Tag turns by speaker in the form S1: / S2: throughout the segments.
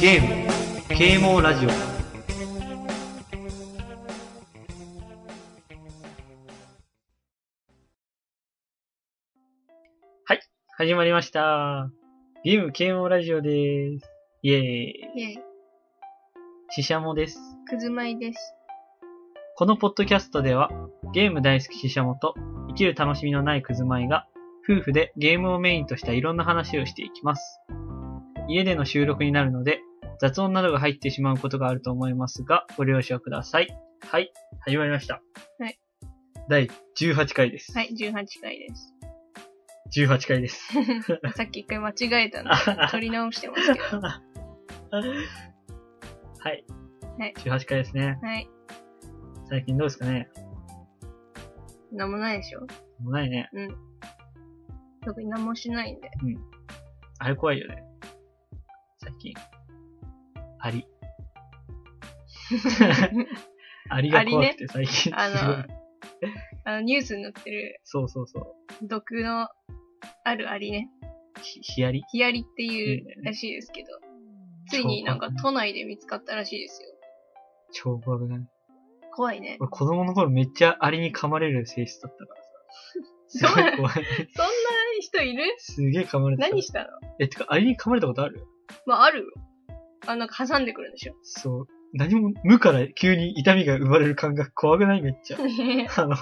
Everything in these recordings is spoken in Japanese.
S1: ゲーム、啓蒙ラジオ。はい、始まりました。ゲーム、啓蒙ラジオです。イェーイ。
S2: イェイ、
S1: ししゃもです。
S2: くずまいです。
S1: このポッドキャストでは、ゲーム大好きししゃもと、生きる楽しみのないくずまいが、夫婦でゲームをメインとしたいろんな話をしていきます。家での収録になるので、雑音などが入ってしまうことがあると思いますが、ご了承ください。はい、始まりました。
S2: はい。
S1: 第18回です。
S2: はい、18回です。
S1: 18回です。
S2: さっき一回間違えたので、 取り直してますけど。
S1: はい。
S2: はい
S1: 18回ですね。
S2: はい、
S1: 最近どうですかね
S2: なんもないでしょ
S1: もうないね。
S2: 特になんもしないんで。
S1: あれ怖いよね。最近。ア リ。アリが怖くて最近。
S2: あ
S1: すごい
S2: の、あのニュースに載ってる
S1: そうそうそう。
S2: 毒のあるアリね、
S1: ヒヒアリ
S2: ヒアリってい
S1: いいね
S2: うらしいですけど、ついになんか都内で見つかったらしいですよ。
S1: 超怖くない
S2: 怖い ね。
S1: 俺子供の頃めっちゃアリに噛まれる性質だったからさ。すごい怖い。
S2: そんな人いる
S1: すげえ噛まれてた。
S2: 何したの
S1: え、てかアリに噛まれたことある
S2: まあ、あるよ。あ、なんか挟んでくるんでしょ
S1: そう。何も、無から急に痛みが生まれる感覚怖くないめっちゃ。
S2: い
S1: あの、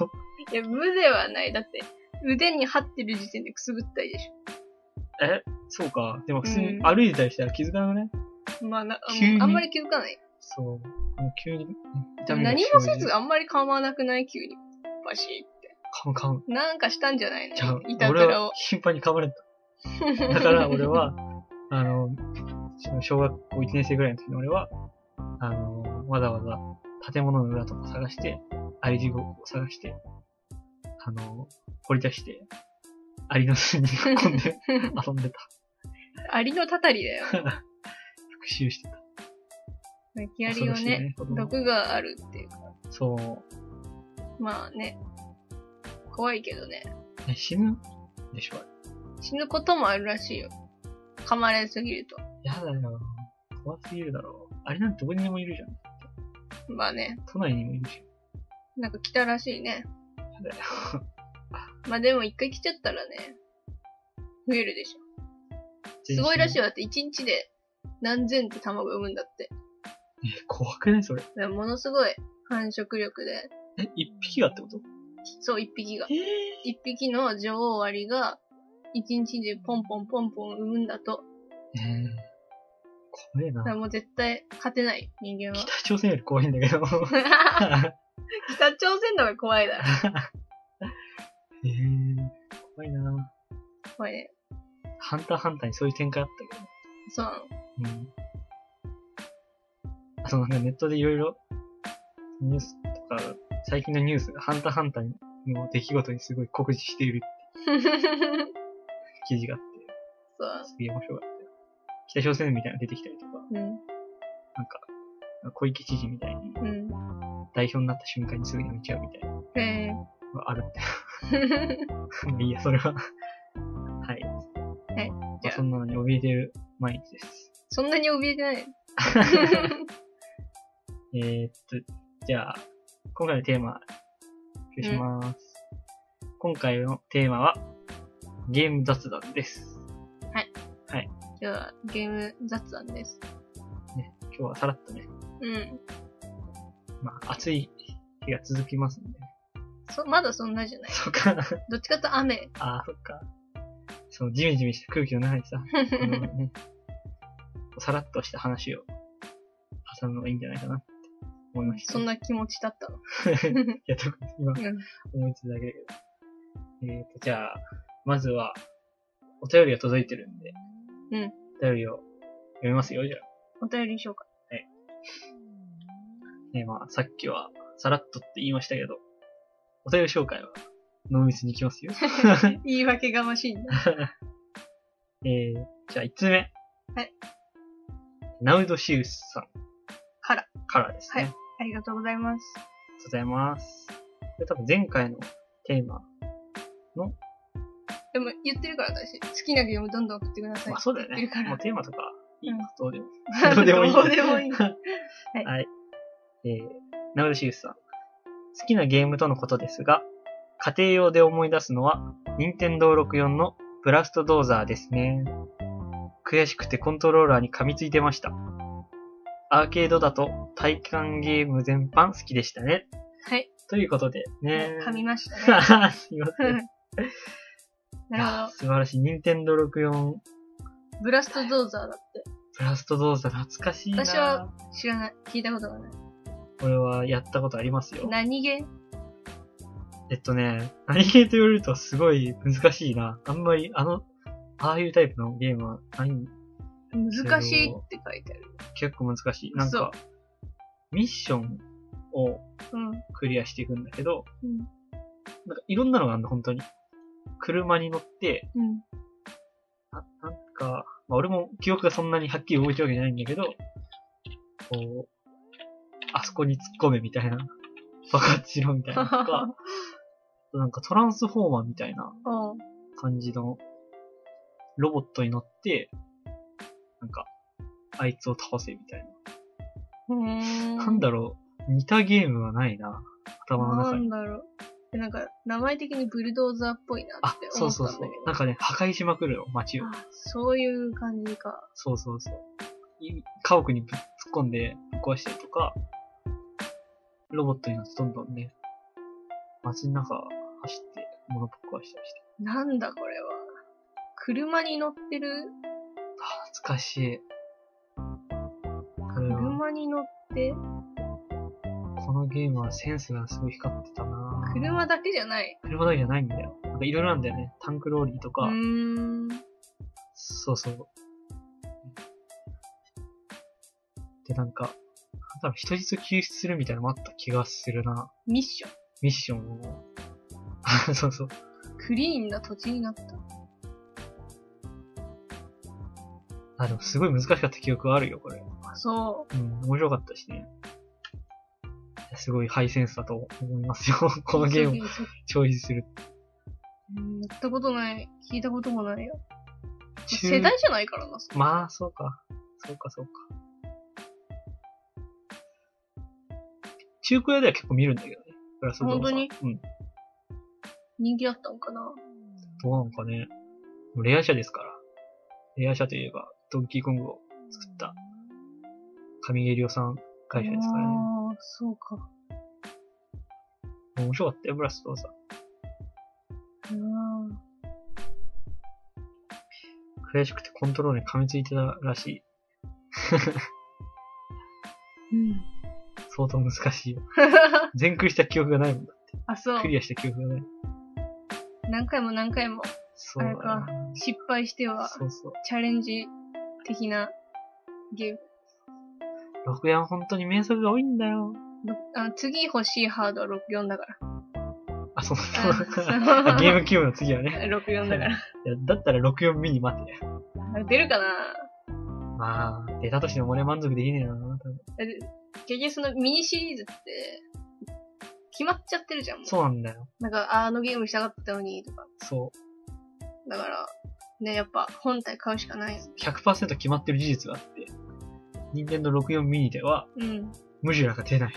S2: や、無ではない。だって、腕に張ってる時点でくすぐったいでし
S1: え、そうか。でも普通に
S2: うん
S1: 歩いてたりしたら気づかなくない
S2: ょ。まあ、なあ
S1: 急に
S2: あんまり気づかない。
S1: そう。もう急に痛みが
S2: 何も
S1: 生じ
S2: せ
S1: る
S2: ずあんまり構わなくない急に。バシって。
S1: 噛む噛む。
S2: なんかしたんじゃないの
S1: じゃ
S2: い
S1: あ、
S2: た
S1: 俺
S2: ずら
S1: は
S2: を。
S1: 頻繁に噛まれた。だから俺は、あの、その小学校1年生ぐらいの時の俺は、あの、わざわざ建物の裏とか探して、アリ地獄を探して、あの、掘り出して、アリの巣に突っ込ん で遊んでた。
S2: アリのたたりだよ。
S1: 復讐してた。
S2: 泣きアリ
S1: 恐
S2: を
S1: ろしい
S2: ね、
S1: 子供
S2: 毒があるっていうか。
S1: そう
S2: まあね。怖いけどね。。
S1: え死ぬでしょ
S2: 死ぬこともあるらしいよ。噛まれすぎると。
S1: やだよ。怖すぎるだろ。あれなんてどこにでもいるじゃん。
S2: まあね。
S1: 都内にもいるじ
S2: なんか来たらし いね。
S1: ゃん。やだよ。
S2: まあでも一回来ちゃったらね、増えるでしょ。すごいらしい
S1: よ。
S2: よ。だって一日で何千って卵産むんだって。
S1: え、怖くないそれ。
S2: だからものすごい繁殖力で、
S1: え、一匹がってこと
S2: そう一匹が。
S1: え
S2: 一匹の女王アリが、一日でポンポンポンポン産むんだと。
S1: えー、怖えな
S2: だか。らもう絶対勝てない、人間は。
S1: 北朝鮮より怖いんだけど。
S2: 北朝鮮の方が怖いだろ。
S1: えー、怖いな。
S2: 怖いね。
S1: ハンターハンターにそういう展開あったけ
S2: そうなの。
S1: ど。うん。あとなんかネットでいろいろ、ニュースとか、最近のニュースがハンターハンターの出来事にすごい酷似している 記事があって、
S2: そう。
S1: すげえ面白かったよ。北朝鮮みたいなの出てきたりとか、
S2: うん。
S1: なんか、小池知事みたいに
S2: うん。
S1: 代表になった瞬間にすぐ辞めちゃうみたいなの
S2: へ
S1: があ るって。
S2: え。
S1: まあいいや、それは。はい。
S2: はい
S1: ま
S2: じ
S1: あ、
S2: ゃあ
S1: そんなのに怯えてる毎日です。
S2: そんなに怯えて ない。
S1: えー、っと、じゃあ、今回のテーマ、発表します。今回のテーマは、ゲーム雑談です。
S2: 今日はゲーム雑談です。
S1: 今日はさらっとね、
S2: うん。
S1: まあ、暑い日が続きますんで。
S2: そ、まだそんなじゃない。
S1: そうか。
S2: どっちかと雨。
S1: ああ、そっか。その、ジメジメした空気の中に さ、あのね、さらっとした話を挟むのがいいんじゃないかなって思 いました。
S2: そんな気持ちだったの。
S1: いや、特に今、
S2: うん
S1: 思いついただけだけど。えーと、じゃあ、まずは、お便りが届いてるんで。
S2: うん。
S1: お便りを読みますよ、じゃあ。
S2: お便りしようか。
S1: ね、まあ、さっきは、さらっとって言いましたけど、お便り紹介は、濃密に行きますよ。
S2: 言い訳がましいんだ。
S1: えー、じゃあ、1つ目。
S2: はい。
S1: ナウドシウスさん
S2: から。
S1: からですね。
S2: はいありがとうございます。
S1: ありがとうございます。これ多分前回のテーマ。
S2: でも言ってるから私、好きなゲームどんどん送ってください
S1: まあ。そうだよ
S2: いる
S1: ね
S2: か。ら
S1: もうテーマとか、いい
S2: うん
S1: か、どうでも。どうでもいい
S2: どうで もいい
S1: えー、ナウルシウスさん。好きなゲームとのことですが、家庭用で思い出すのは、任天堂64のブラストドーザーですね。悔しくてコントローラーに噛みついてました。アーケードだと体感ゲーム全般好きでしたね。
S2: はい。
S1: ということでね。
S2: 噛みました ね。
S1: ますいません。
S2: なるほ
S1: いや素晴らしい。任天堂64
S2: ど。ブラストドーザーだって。
S1: ブラストドーザー懐かしいな。
S2: 私は知らない。聞いたことがない。
S1: これはやったことありますよ。
S2: 何ゲー
S1: えっとね、何ゲーと言われるとすごい難しいな。あんまり、あの、ああいうタイプのゲームはない、
S2: 難しいって書いてある。
S1: 結構難しい。なん
S2: そう
S1: か、ミッションを
S2: うん。
S1: クリアしていくんだけど、
S2: うん。
S1: なんかいろんなのがあるの、本当に。車に乗って、
S2: うん。
S1: ななんか、まあ、俺も記憶がそんなにはっきり動いてるわけじゃないんだけど、こう、あそこに突っ込めみたいな、爆発しろみたいなの とか、なんかトランスフォーマーみたいな
S2: おう
S1: 感じのロボットに乗って、なんか、あいつを倒せみたいな。なんだろう、似たゲームはないな、頭の
S2: な
S1: 中に。
S2: んだろう。でなんか、名前的にブルドーザーっぽいな
S1: あ
S2: って、
S1: そ
S2: 思
S1: う
S2: った
S1: そ
S2: ん
S1: う
S2: だけ
S1: そ
S2: ど。
S1: う。なんかね、破壊しまくるの、街を。
S2: あそういう感じか。
S1: そうそうそう。い家屋にぶっ突っ込んでぶっ壊したりとか、ロボットになってどんどんね、街の中走って物ぶっ壊したりして。
S2: なんだこれは。車に乗ってる
S1: あ懐かしい。これは、
S2: 車に乗って
S1: このゲームはセンスがすごい光ってたなぁ
S2: 車だけじゃない。
S1: 車だけじゃないんだよ。なんかいろいろなんだよね。タンクローリーと
S2: う
S1: か、
S2: ーん。
S1: そうそう。で、なんか、多分人質を救出するみたいなのもあった気がするな。
S2: ミッション。
S1: ミッションを。 そうそう。
S2: クリーンな土地になった。
S1: あ、でもすごい難しかった記憶があるよ、これ。
S2: あ、そ
S1: うん、面白かったしね。すごいハイセンスだと思いますよ。 この
S2: う。
S1: ゲームを
S2: ム。
S1: チョイスする。
S2: うんやったことない。聞いたこともないよ。
S1: 中
S2: 世代じゃないからな。
S1: まあ、そうか。そうか、そうか。中古屋では結構見るんだけどね。プラスドーザー
S2: 本当に
S1: うん。
S2: 人気だったのかな。
S1: どうなのかね。レア車ですから。レア車といえば、ドンキーコングを作った、神毛量産会社ですからね。
S2: ああ、そうか。
S1: 面白かったよ、ブラストさ。
S2: うん。
S1: 悔しくてコントロールに噛みついてたらしい。
S2: うん、
S1: 相当難しいよ。全クリした記憶がないもんだ。
S2: あ、そう
S1: ク。リアした記憶がない。
S2: 何回も何回も
S1: そうだな。
S2: 失敗しては
S1: そうそう。
S2: チャレンジ的なゲーム。
S1: 64本当に名作が多いんだよ。
S2: ろあ次欲しいハードは64 だから。
S1: あ、そうそう。
S2: あ
S1: ゲームキューブの次はね。
S2: 64 だか
S1: い
S2: ら。
S1: や、だったら64ミニ待て。
S2: あ出るかな
S1: まあ、出たとしても俺満足できねえな、多分。
S2: だって結局そのミニシリーズって、決まっちゃってるじゃん。もう
S1: そうなんだよ。
S2: なんか、ああのゲームしたかったのに、とか。
S1: そ
S2: だから、ね、やっぱ本体買うしかない。
S1: う。100%決まってる事実があって、任天堂64ミニでは、
S2: うん。
S1: ムジュラが出ない。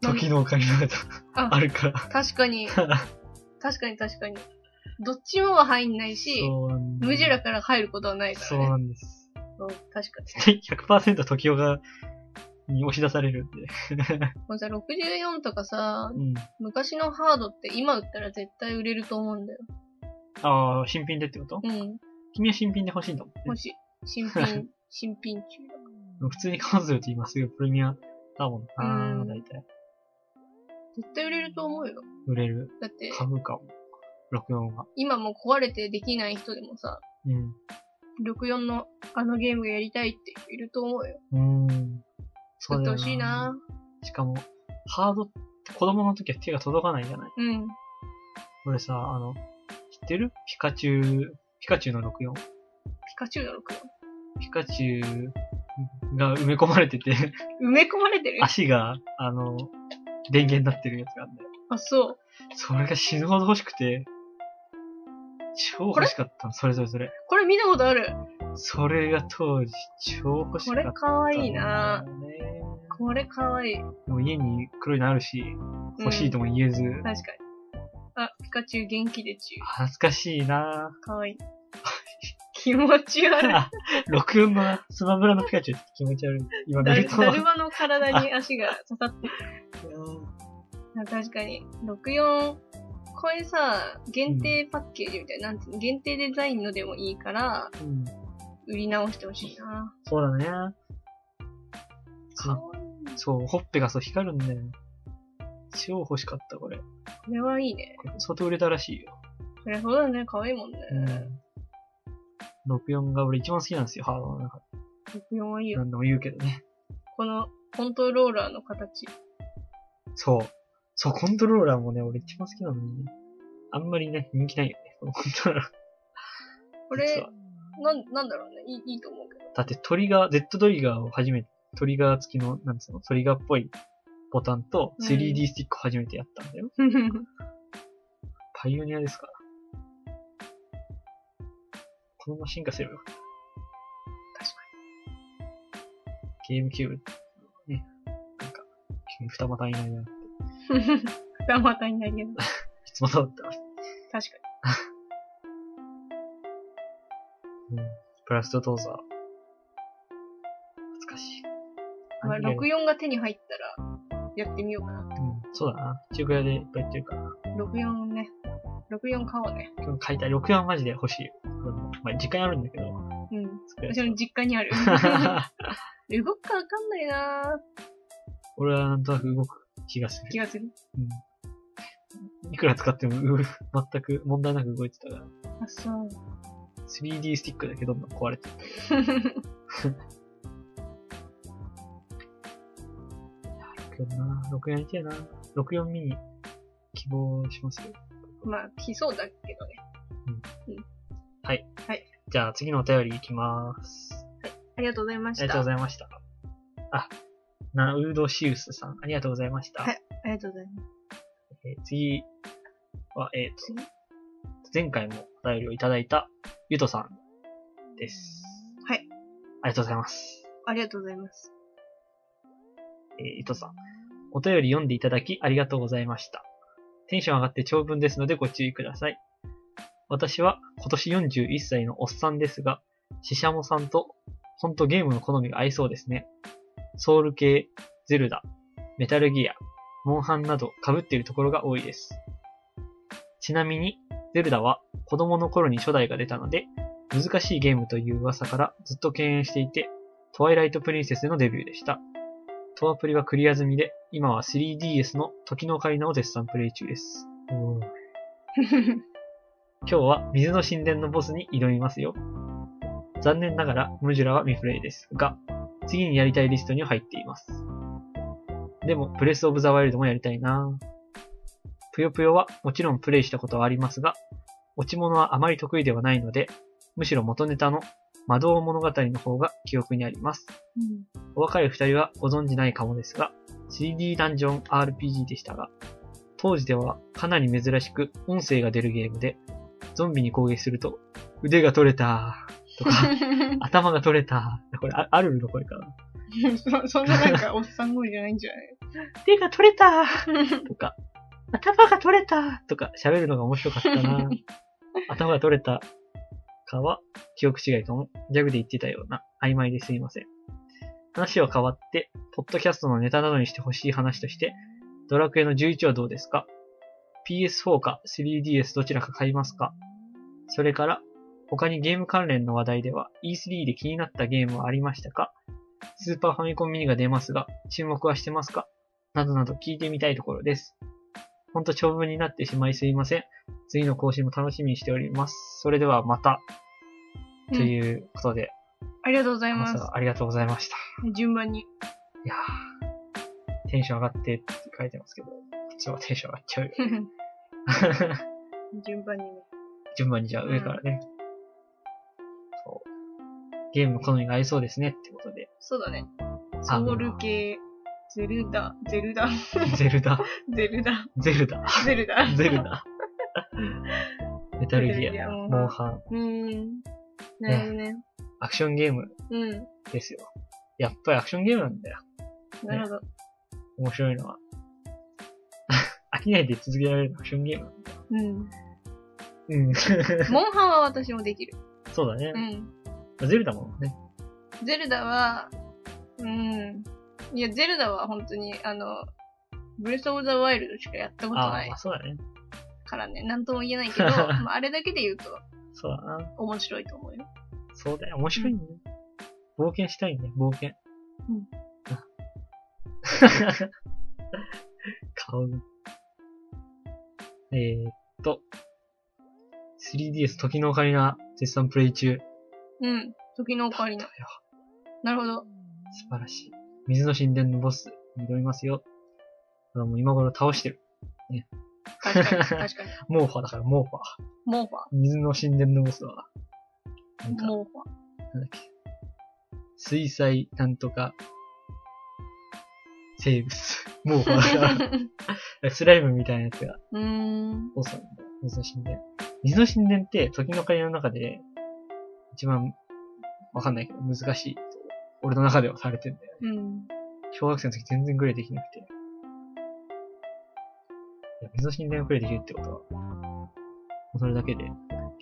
S1: 時のオカリナが
S2: あ
S1: あるか
S2: 確か に、
S1: ら。
S2: 確かに確かに。どっちもは入んないし、
S1: そうなんだよ
S2: 無ジュラから入ることはないか
S1: そう
S2: らね。
S1: なんです。
S2: そう確かに。
S1: 100%時代が、に押し出されるんで。
S2: もうさ、64とかさ、
S1: うん。
S2: 昔のハードって今売ったら絶対売れると思うんだよ。
S1: ああ、新品でってこと
S2: うん。
S1: 君は新品で欲しいんだもんね。
S2: もし、新品、新品中。
S1: 普通に買わずよって今すぐプレミアだもん
S2: う
S1: な、
S2: ん
S1: だいたい。
S2: 絶対売れると思うよ。
S1: 売れる。
S2: だって、
S1: 株価も。64が。
S2: 今もう壊れてできない人でもさ、
S1: うん。
S2: 64のあのゲームやりたいっていう人いると思うよ。
S1: うーん。そ
S2: 作
S1: う
S2: っ
S1: だ
S2: て
S1: よ
S2: ほしいな。
S1: しかも、ハードって子供の時は手が届かないじゃない
S2: うん。
S1: 俺さ、あの、知ってるピカチュウ、ピカチュウの64。
S2: ピカチュウの64。
S1: ピカチュウが埋め込まれてて、
S2: 埋め込まれてる
S1: 足が、あの、電源になってるやつがあるんだよ。
S2: あ、そう。
S1: それが死ぬほど欲しくて、超欲しかったの、それそれそれ。
S2: これ見たことある。
S1: それが当時、超欲し
S2: こ
S1: かった、
S2: れかわいいな。
S1: ね。
S2: これかわいい。
S1: でも家に黒いのあるし、欲しいと
S2: 思
S1: も言えず、
S2: うん。確かに。あ、ピカチュウ元気でちゅ
S1: 恥ずかしいな
S2: う。かわい い。気持ち悪い。
S1: あ、64のスマブラのピカチュウって気持ち悪い。今
S2: だ
S1: 見ると。
S2: だるまの体に足が刺さってる。
S1: うん
S2: あ確かに。64、これさ、限定パッケージみたいな、なんていうの限定デザインのでもいいから、
S1: うん、
S2: 売り直してほしいな。
S1: そうだね。
S2: かわいい。
S1: そう、ほっぺがそう光るんだよ。超欲しかった、これ。
S2: これはいいね。
S1: これ相当売れたらしいよ。
S2: そりゃそうだよね。かわいいもんね。
S1: うん。64が俺一番好きなんですよ、ハードの中で。
S2: 64はいいよ。
S1: 何度も言うけどね。
S2: この、コントローラーの形。
S1: そう。そう、コントローラーもね、俺一番好きなのに、あんまりね、人気ないよね、このコントローラー。
S2: こ
S1: 実
S2: れ
S1: は、
S2: なん、なんだろうね。いい、いいと思 うけど。
S1: だってトリガー、Z トリガーを初めて、トリガー付きの、なんつうの、トリガーっぽいボタンと
S2: うん
S1: 3D スティックを初めてやったんだよ。パイオニアですから。このまま進化すればよかった。
S2: 確か
S1: ゲームキューブ、ね、なんか、急に二股になりながら、い
S2: に。二股になりやすい。
S1: つも通ってます。
S2: 確か
S1: うん。プラストトーザー。懐かしい。
S2: に。まあ、
S1: アニメ
S2: 64が手に入ったら、やってみようかな。
S1: うん、そうだな。中古屋でいっぱい売ってるから。
S2: 64ね。64買おうね。
S1: 今日買いたい。64はマジで欲しい。うんまあ、時間あるんだけど、
S2: うん。
S1: 作
S2: 私
S1: る。
S2: の実家にある。動くかわかんないな
S1: 俺はなんとなく動く気がす
S2: ー気
S1: る。
S2: がする。
S1: うん。いくら使っても、う全く問題なく動いてたから。
S2: あ、そう。
S1: 3D スティックだけどんどん壊れてる。64な。64やりてえな。64ミニ、希望しますよ。
S2: まあ、来そうだけどね。
S1: じゃあ次のお便りいきまーす。
S2: ありがとうございま
S1: あ
S2: し
S1: り
S2: た。
S1: がとうございました。あ、ナウドシウスさん、ありがとうございました。
S2: はいありがとうございます。
S1: えー次は、えっ、と、前回もお便りをいただいた、ゆとさんです。
S2: はい。
S1: ありがとうございます。
S2: ありがとうございます。
S1: えー、ゆとさん。お便り読んでいただきありがとうございました。テンション上がって長文ですのでご注意ください。私は今年41歳のおっさんですが、シシャモさんと、ほんとゲームの好みが合いそうですね。ソウル系、ゼルダ、メタルギア、モンハンなど被っているところが多いです。ちなみに、ゼルダは子供の頃に初代が出たので、難しいゲームという噂からずっと敬遠していて、トワイライトプリンセスのデビューでした。トアプリはクリア済みで、今は 3DS の時のオカリナを絶賛プレイ中です。今日は水の神殿のボスに挑みますよ。残念ながらムジュラは未プレイですが、次にやりたいリストには入っています。でも、プレスオブザワイルドもやりたいなぷよぷよはもちろんプレイしたことはありますが、落ち物はあまり得意ではないので、むしろ元ネタの魔導物語の方が記憶にあります。
S2: うん。
S1: お若い二人はご存じないかもですが、3D ダンジョン RPG でしたが、当時ではかなり珍しく音声が出るゲームで、ゾンビに攻撃すると、腕が取れたと か、頭が取れたこれ、あアルルの声かな。
S2: そそんななんかおっさん声じゃないんじゃ
S1: 手が取れた
S2: ない
S1: とか、頭が取れたとか喋るのが面白かった な頭が取れたかは記憶違いかも、ギャグで言ってたような曖昧ですいません。話は変わって、ポッドキャストのネタなどにしてほしい話として、ドラクエの11はどうですか ?PS4 か 3DS どちらか買いますかそれから、他にゲーム関連の話題では E3 で気になったゲームはありましたかスーパーファミコンミニが出ますが、注目はしてますかなどなど聞いてみたいところです。ほんと長文になってしまいすいません。次の更新も楽しみにしております。それではまた、と
S2: うん
S1: いうことで、
S2: ありがとうござい
S1: 皆
S2: ま
S1: さ
S2: す。
S1: んありがとうございました。
S2: 順番に。
S1: いやーテンション上がってって書いてますけど、こっちはテンション上がっちゃうよ。
S2: 順番にね。
S1: 順番にじゃあ上からね。そゲームの好みが合いそうですねってことで、
S2: そうだね。
S1: あ
S2: ソウル系、ゼルダ、ゼルダ、
S1: ゼルダ、
S2: ゼルダ、
S1: ゼルダ、
S2: ゼルダ。
S1: ゼル ダ、メタルギ
S2: メタルギ
S1: ア、
S2: アモンハン
S1: モンハン、
S2: うーん。なるほどね。
S1: アクションゲーム
S2: うん。
S1: ですよ。やっぱりアクションゲームなんだよ。
S2: なるほど。
S1: 面白いのは。 飽きないで続けられるアクションゲーム。
S2: うん。
S1: うん。
S2: モンハンは私もできる。
S1: そうだね
S2: う。ん。
S1: ゼルダもね。
S2: ゼルダは、うん。いや、ゼルダは本当に、あの、ブレスオブザワイルドしかやったこと
S1: あ
S2: な
S1: あ、
S2: い
S1: まあそうだね。
S2: からね、なんとも言えないけど、まあ、あれだけで言うと
S1: そうだな。
S2: 面白いと思うよ。
S1: そうだよ。面白いね。冒険したいね、冒険。
S2: うん。
S1: 顔が。えー、っと。3DS 時のオカリナ絶賛プレイ中。
S2: うん。時のオカリナ。なるほ ど。
S1: 素晴らしい。水の神殿のボス、挑みますよ。あもう今頃倒してる。
S2: 確かに。確かに。
S1: モーファだから、モーファ。
S2: モーファ。
S1: 水の神殿のボスは、なんか、
S2: モーフ
S1: なんだっけ。水彩なんとか、生物。 もうほら、
S2: ァ。
S1: スライムみたいなやつが、
S2: うーん。
S1: ボスなんだよ。水の神殿。水の神殿って、時の会の中で、一番、わかんないけど、難しいと。俺の中ではされてんだよ。
S2: うん。
S1: 小学生の時全然グレーできなくて。いや水の神殿をグレーできるってことは、もうそれだけで、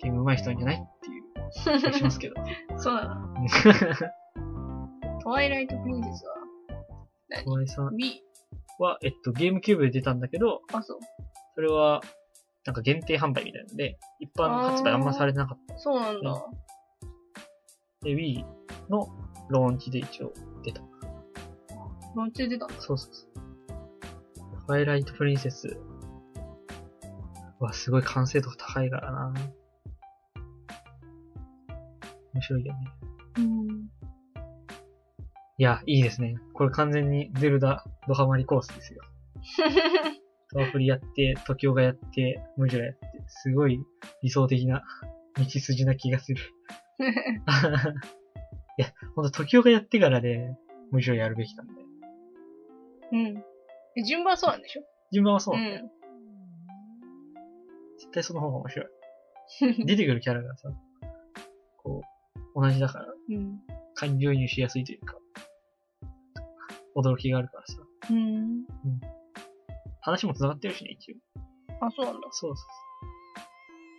S1: ゲーム上手い人なんじゃないっていう気がしますけど。
S2: そうだな。トワイライトプリンセス は、
S1: 小林さん
S2: Wii。
S1: は、えっと、ゲームキューブで出たんだけど、
S2: あ、そう。
S1: それは、なんか限定販売みたいなので、一般発売あんまされてなかっ
S2: そうなんだ。
S1: た。で、Wii のローンチで一応出た。
S2: ロンチで出た。
S1: そうそうそう。ファイライトプリンセスはすごい完成度が高いからな面白いよね。
S2: うん。
S1: いや、いいですね。これ完全にゼルダドハマりコースですよ。トワフリやって、トキオがやって、ムジュラやって、すごい理想的な道筋な気がする。 いや、ほんと、時岡やってからで、むしろやるべきなんで。
S2: うん。え順番そうなんでしょ
S1: 順番はそう
S2: う
S1: なんだよ。絶対その方が面白い。出てくるキャラがさ、こう、同じだから、
S2: ん。うん。
S1: 感情移入しやすいというか、驚きがあるからさ。
S2: うん。
S1: 話も繋がってるしね、一応。
S2: あ、そうなんだ。
S1: そうそうそ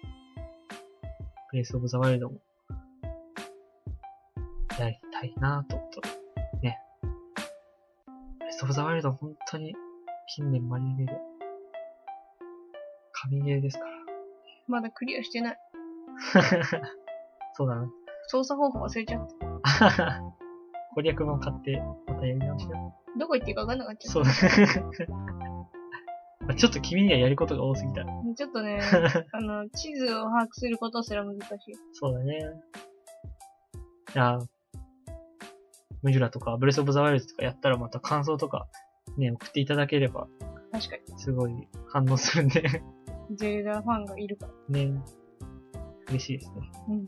S1: う。プレイスオブザワイルドも、やりたいなぁと思った。ね。プレイスオブザワイルドは本当に、近年マリゲーで、神ゲーですか
S2: まだクリアしてない。
S1: ら。 そうだ
S2: 操作方法忘れちゃった。
S1: な。 攻略版買って、またやり直しだ。
S2: どこ行っていいか分かんなかった。
S1: そうだ ね。まあちょっと君にはやることが多すぎた。
S2: ちょっと ね、あの、地図を把握することすら難しい。
S1: そうだね。あームジュラとか、ブレスオブザワイルドとかやったらまた感想とか、ね、送っていただければ、
S2: 確か
S1: すごい反応するんで、
S2: に。ゼルダファンがいるから。
S1: ね、嬉しいですね。
S2: うん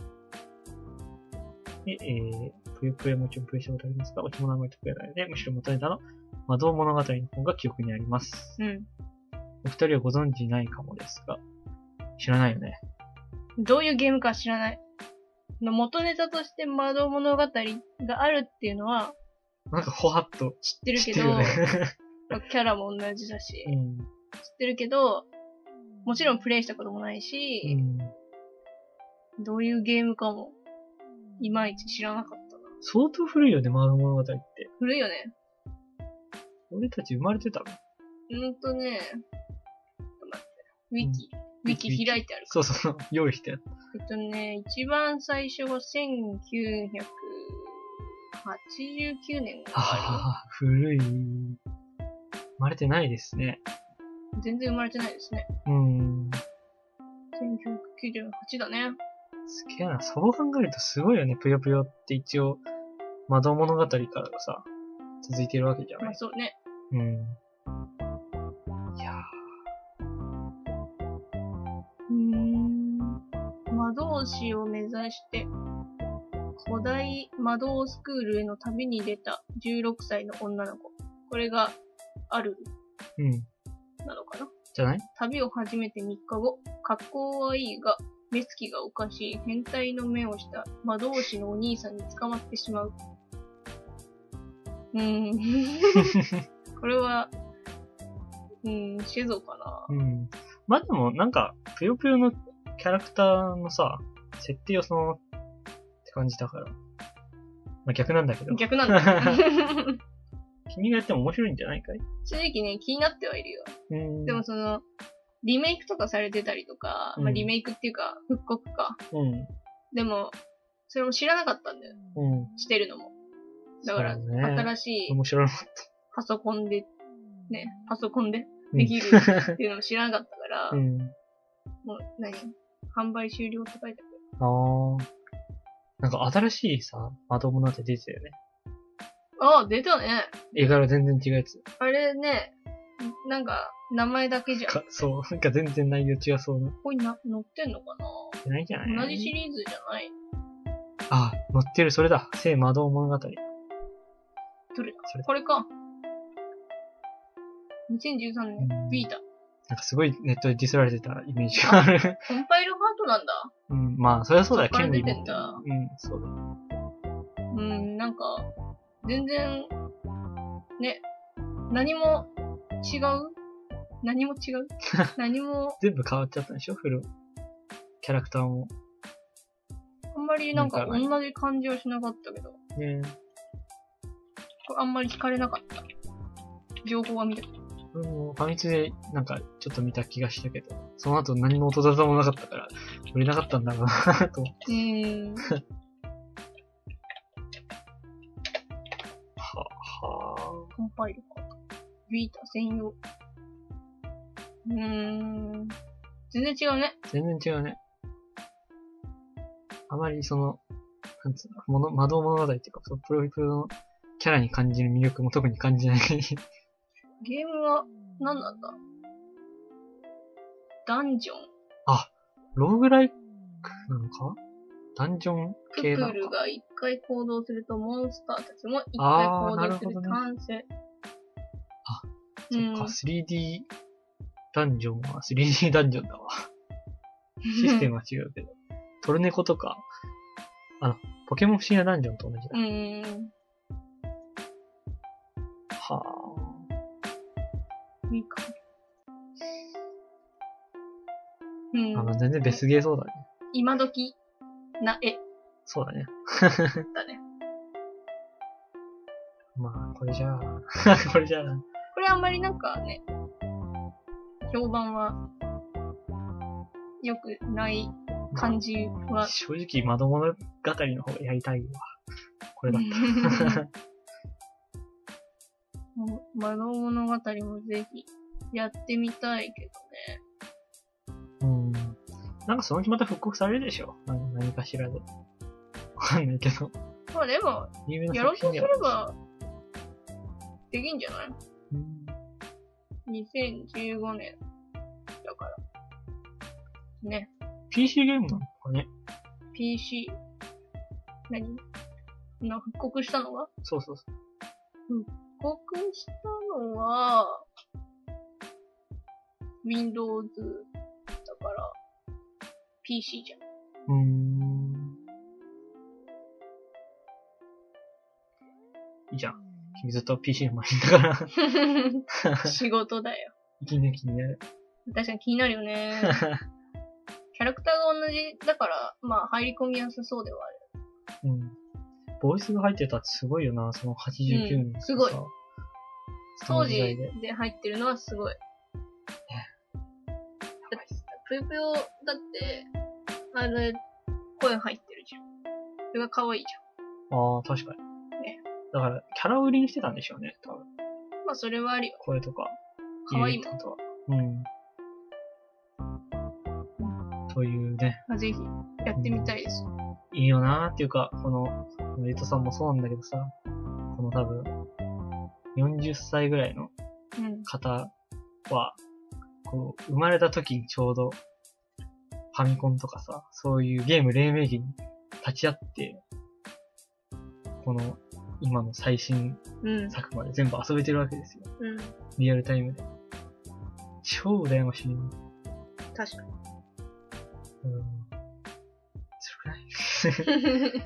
S1: で、えー、ぷよぷよもちろんプレイしたことありますが、おちも名前とくやないので、むしろ元ネタの魔導物語の方が記憶にあります。
S2: う
S1: お二人はご存知ないかもですが、知らないよね。
S2: ん。どういうゲームか知らない。の元ネタとして魔導物語があるっていうのは
S1: なんかほわっと
S2: 知ってる
S1: 知
S2: け
S1: って
S2: ど、
S1: るよね。
S2: キャラも同じだ し、
S1: う
S2: 知っ
S1: ん。
S2: てるけど、もちろんプレイしたこともないうし、
S1: ん
S2: どういうゲームかも、いまいち知らなかったな。
S1: 相当古いよね、マの物語って。
S2: 古いよね。
S1: 俺たち生まれてたの
S2: うーんとね、ちょっと待って。ウィキ、ウィキ開いてある
S1: そうそう、用意してやった。
S2: えっとね、一番最初は1989年があ
S1: ああ、古い。生まれてないですね。
S2: り全然生まれてないですね。
S1: うん。
S2: 1998だね。
S1: すげえな。そう考えるとすごいよね。ぷよぷよって一応、窓物語からがさ、続いてるわけじゃ
S2: ま
S1: な
S2: あ
S1: い。
S2: そうね。
S1: うん。いや
S2: うーん。魔導士を目指して、古代魔導スクールへの旅に出た16歳の女の子。これが、ある、
S1: うん。
S2: なのかな
S1: じゃない
S2: 旅を始めて3日後、格好はいいが、目つきがおかしい変態の目をした魔導士のお兄さんに捕まってしまう。うー ん。これは、うーん、シェゾかな。
S1: うん。まあでも、なんか、ぷよぷよのキャラクターのさ、設定をそのままって感じだから。まあ逆なんだ けど。
S2: 逆なんだ。
S1: 君がやっても面白いんじゃないかい
S2: 正直ね、気になってはいるよ。
S1: うん。
S2: でもその、リメイクとかされてたりとか、
S1: うん
S2: まあリメイクっていうか、復刻か。
S1: うん。
S2: でも、それも知らなかったんだよ。
S1: うん。
S2: してるのも。だから、
S1: そうだね
S2: 新しい
S1: 面白い。
S2: パソコンで、ね、パソコンで
S1: うん
S2: できるっていうのも知らなかったから、
S1: うん。
S2: もう何販売終了って書いてある。
S1: ああ。なんか新しいさ、まともなって出てたよね。
S2: ああ、出たね。
S1: 絵柄全然違うやつ。
S2: あれね、なんか、名前だけじゃん。
S1: かそう。なんか全然内容違そうな。
S2: ここにな載ってんのか
S1: じゃないんじゃな
S2: ない同じシリーズじゃない
S1: あ、載ってる、それだ。聖魔導物語。どれそれだ。
S2: これか。2013年、ビータ。
S1: なんかすごいネットでディスられてたイメージがある。
S2: コンパイルハートなんだ。
S1: うん、まあ、そりゃそうだよ、
S2: そっから
S1: 権利
S2: 出て
S1: 持っ
S2: ん
S1: て
S2: だ
S1: る。うん、そうだ。
S2: うん、なんか、全然、ね、何も違う何も違う何も、
S1: 全部変わっちゃったんでしょフル。キャラクターも。
S2: あんまりなんか
S1: なんか
S2: 同じ感じはしなかったけど、
S1: ね
S2: あんまり聞かれなかった。情報は見た。
S1: 俺もファミツでなんかちょっと見た気がしたけど、その後何も音沙汰もなかったから、売れなかったんだろうなと思って。
S2: うーん。
S1: は、は
S2: コンパイルか。ビータ専用。うーん。全然違うね。
S1: ぁ。全然違うね。あまりその、なんつうの、もの、魔導物語っていうか、そのプロフィプロのキャラに感じる魅力も特に感じない。
S2: ゲームは何なんだダンジョン。
S1: ローグライクなのかダンジョン
S2: クク
S1: 系なの
S2: ル
S1: か
S2: が一回行動するとモンスターたちも一回行動する
S1: あーなるほ
S2: 単性。
S1: あ、
S2: う
S1: そっか、3D ダンジョンは 3D ダンジョン だわ。システ
S2: ム。
S1: ムは違うけど。トルネコとか、あの、ポケモン不思議なダンジョンと同じだ
S2: う。ん。
S1: はぁ。
S2: いいかも。
S1: あ
S2: うん。
S1: の、全然別ゲーそうだね。
S2: 今時な絵
S1: そうだね。
S2: だね。
S1: まあ、これ じゃあ、これじゃあ、
S2: これあんまりなんかね、評判は良くない感じ
S1: ま あ
S2: は。
S1: 正直、窓物語の方がやりたいわ。これだったら。
S2: もう窓物語もぜひやってみたいけどね。
S1: うん。なんかそのうちまた復刻されるでしょなん何かしらで。わかんないけど。
S2: まあでも、
S1: 有名な
S2: やろ
S1: 作
S2: うと
S1: 品で
S2: すれ
S1: は。
S2: ば、できんじゃない
S1: うん、
S2: ?2015 年だから。ね、
S1: PC ゲームなのかね
S2: PC。何な復刻したのは
S1: そうそうそう。
S2: 復刻したのは、Windows だから、PC じゃん。
S1: うーん。いいじゃん。君ずっと PC の前にいたから、
S2: 仕事だよ。
S1: 息抜きにやる。
S2: 確かに気になる よね。キャラクターが同じだから、まあ入り込みやすそうではある。
S1: うん。ボイスが入ってたってすごいよな、その89年、
S2: うんすごい。
S1: そ
S2: 当
S1: の
S2: 時
S1: 時代で。
S2: で入ってるのはすごい。ぷよぷよ、だって、あれ、声入ってるじゃん。それが可愛いじ
S1: ああ、確かに。
S2: ね
S1: だから、キャラ売りにしてたんでしょうね、多分。
S2: ゃん。まあそれはあるよ。
S1: 声とか。
S2: 可愛いもん
S1: 入れるってことは。うん。というね、
S2: まあぜひ、やってみたいです。
S1: いいよなーっていうか、この、エイトさんもそうなんだけどさ、この多分、40歳ぐらいの
S2: うん。
S1: 方は、こう、生まれた時にちょうど、ファミコンとかさ、そういうゲーム黎明期に立ち会って、この、今の最新
S2: うん。
S1: 作まで全部遊べてるわけですよ。
S2: うん。
S1: リアルタイムで。超羨ましい。うん。
S2: 確 か
S1: それくらい
S2: に。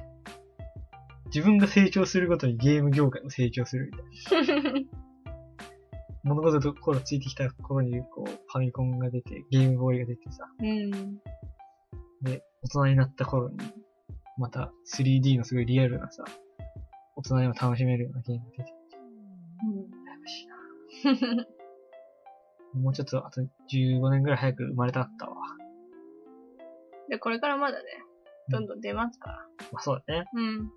S1: 自分が成長するごとにゲーム業界も成長するみたいな。物事ところついてきた頃に、こう、ファミコンが出て、ゲームボーイが出てさ、
S2: うん。
S1: で、大人になった頃に、また 3D のすごいリアルなさ、大人にも楽しめるようなゲームが出て、羨ましいな。もうちょっと、あと15年ぐらい早く生まれたかったわ。
S2: で、これからまだね、どんどん出ますから。
S1: まあそうだね。
S2: うん。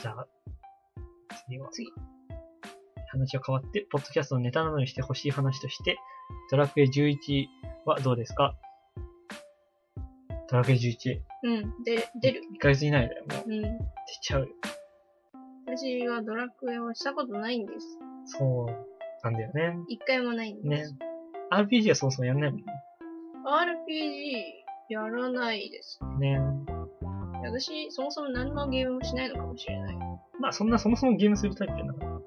S1: じゃあ、次は。
S2: 次。
S1: 話は変わって、ポッドキャストのネタなどにしてほしい話として、ドラクエ11はどうですかドラクエ11。
S2: うん。で、出る。
S1: 1ヶ月以内だよ、もう。出
S2: うん。
S1: ちゃうよ。
S2: 私はドラクエをしたことないんです。
S1: そう、なんだよね。
S2: 一回もないんで
S1: ね
S2: す。。
S1: RPG はそもそもやんないもん
S2: RPG やらないです。
S1: ね。ね。
S2: 私、そもそも何のゲームもしないのかもしれない。
S1: まあそんな、そもそもゲームするタイプじゃなかっ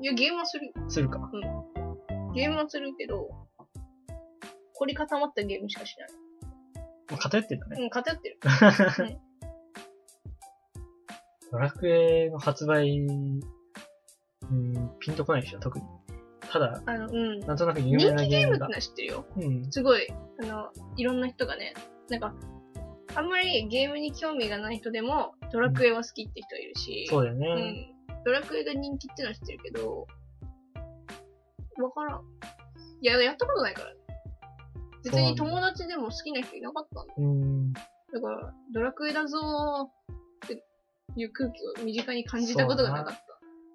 S2: いや、ゲームはするよ。
S1: た。するか。
S2: ゲームはするけど、凝り固まったゲームしかし
S1: もう偏ってた
S2: ない。
S1: ね。
S2: うん、偏ってる。
S1: ドラクエの発売、うん、ピンとこないでしょ、特に。ただ、
S2: あの、うん。
S1: なんとなく 有名
S2: 人
S1: な
S2: 気
S1: ゲ
S2: ゲ
S1: ー
S2: ー
S1: ム
S2: ムっての
S1: が。
S2: は知ってるよ。
S1: うん。
S2: すごい、あの、いろんな人がね、なんか、あんまりゲームに興味がない人でも、ドラクエは好きって人いるし、
S1: そうだよね。
S2: うん。ドラクエが人気ってのは知ってるけど、わからん。いや、やったことないから。別に
S1: そうな
S2: 友達でも好きな人いなかったんだ。
S1: うん。
S2: だから、ドラクエだぞーっていう空気を身近に感じたことがなかった。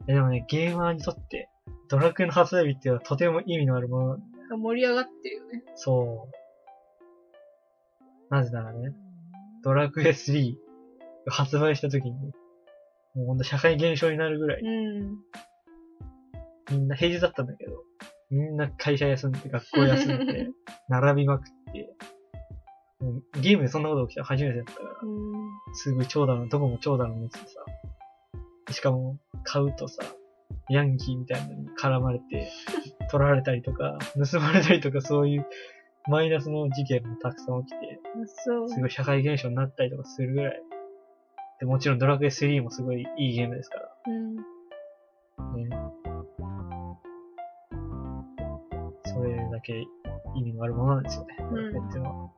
S1: えでもね、ゲーマーにとって、ドラクエの発売日っていうのはとても意味のあるもの。
S2: なんか盛り上がってるよね。
S1: そう。なぜならね、ドラクエ3が発売した時に、もうほんと社会現象になるぐらい、
S2: うん。
S1: みんな平日だったんだけど、みんな会社休んで、学校休んで、並びまくって、もうゲームでそんなこと起きたの初めてだったから、
S2: うん。
S1: すごい長蛇の、どこも長蛇の熱でさ、しかも買うとさ、ヤンキーみたいなのに絡まれて、取られたりとか、盗まれたりとか、そういうマイナスの事件もたくさん起きて、
S2: そう。
S1: すごい社会現象になったりとかするぐらい。で、もちろんドラクエ3もすごいいいゲームですか
S2: うん。
S1: らね。それだけ意味のあるものなんですよね。
S2: ん
S1: ドラクエっていうのは。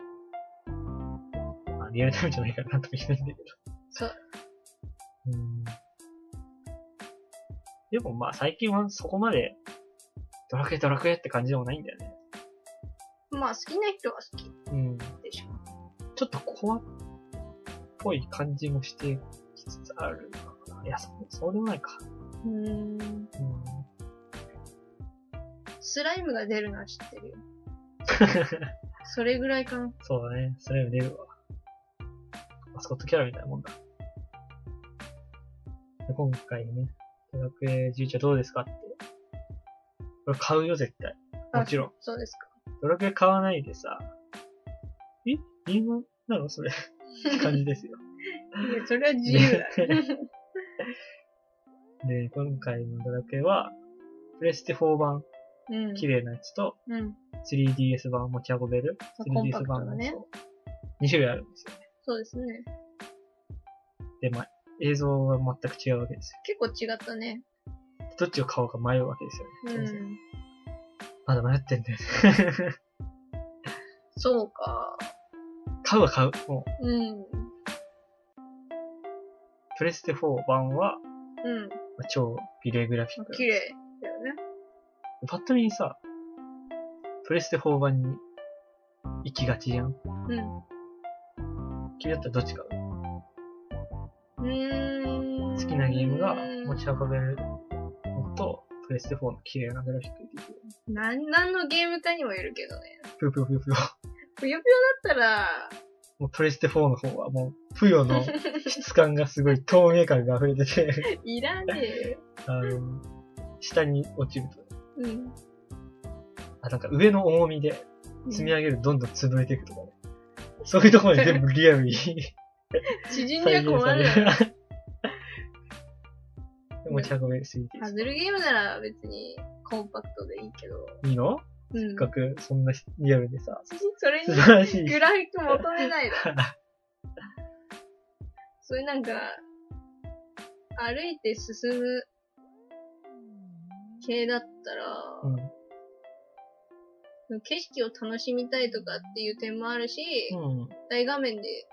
S1: まあ、リアルタイムじゃないからなんとも言えないんだけど。
S2: そう。
S1: うん。でもまあ最近はそこまで、ドラクエドラクエって感じでもないんだよね。
S2: まあ、好きな人は好き
S1: うん。
S2: でしょ。
S1: ちょっとコアっぽい感じもしてきつつあるのかな。いや、そそうでもないか。
S2: うん。
S1: うん。
S2: スライムが出るのは知ってるよ。それぐらいかな。
S1: そうだね。それより出るわ。マスコットキャラみたいなもんだ。で今回ね、ドラクエ11はどうですかって。これ買うよ、絶対。もちろん
S2: あ。そうですか。
S1: ドラクエ買わないでさ、えゲームなのそれ。って感じですよ。
S2: いや、それは 自由 だ。
S1: で、今回のドラクエは、プレステ4版、
S2: うん。
S1: 綺麗なやつと、
S2: うん。
S1: 3DS 版持ち運べる、
S2: コンパ
S1: 3DS
S2: クト
S1: 版
S2: だ
S1: のやつ。
S2: ね
S1: を、2種類あるんですよね。
S2: そうですね。
S1: で、まあ、映像は全く違うわけですよ。
S2: 結構違ったね。
S1: どっちを買おうか迷うわけですよ
S2: う
S1: ね。当然
S2: ん。
S1: まだ迷ってんだよね。
S2: そうか。
S1: 買うは買う。もう、
S2: うん。
S1: プレステ4版は、
S2: うん。
S1: まあ超ビレグラフィック。
S2: 綺麗だよね。
S1: パッと見さ、プレステ4版に行きがちじゃん。
S2: うん。
S1: 君だったらどっち買う
S2: うーん。
S1: 好きなゲームが持ち運べるのと、プレステ4の綺麗なグラフィックできる。
S2: なん、なんのゲームかにもよるけどね。
S1: ぷよぷよぷよぷよ。
S2: ぷよぷよだったら、
S1: もうプレステ4の方はもう、ぷよ の質感がすごい透明感が溢れてて、
S2: いらねえよ。
S1: あの、下に落ちると。
S2: うん。
S1: あ、なんか上の重 みで積み上げるとどんどん潰れていくとかね。そういうところに全部リアルに
S2: 知人には困るよ。
S1: 持ち運べすぎて。
S2: パズルゲームなら別にコンパクトでいいけど。
S1: いいの
S2: うん
S1: せっ。かく、そんなリアルでさ。
S2: そ れ
S1: 素晴らし
S2: に
S1: い
S2: グラフィック求め ないだろ。それなんか、歩いて進む系だった
S1: う
S2: ら、
S1: ん。
S2: 景色を楽しみたいとかっていう点もあるし、
S1: うん。
S2: 大画面で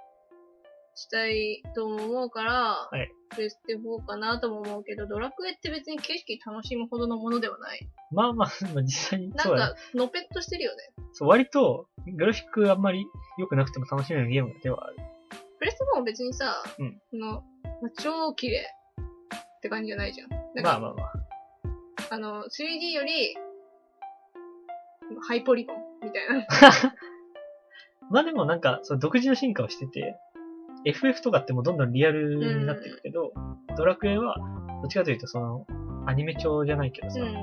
S2: したいとも思うから、
S1: はい
S2: プレステ4かなとも思うけど、ドラクエって別に景色楽しむほどのものではない。
S1: まあまあ、まあ実際に、
S2: な
S1: そ
S2: ん
S1: うだね。
S2: か、のぺっとしてるよね。
S1: そう、割と、グラフィックあんまり良くなくても楽しめるゲームではある。
S2: プレステ4も別にさ、
S1: うん
S2: この、まあ超綺麗って感じじゃないじゃん。なんか
S1: まあまあまあ。
S2: あの、3D より、ハイポリゴンみたいな。
S1: まあでもなんか、その独自の進化をしてて、FF とかってもうどんどんリアルになっていくけど、ドラクエは、どっちかというとその、アニメ調じゃないけどさ、
S2: うん。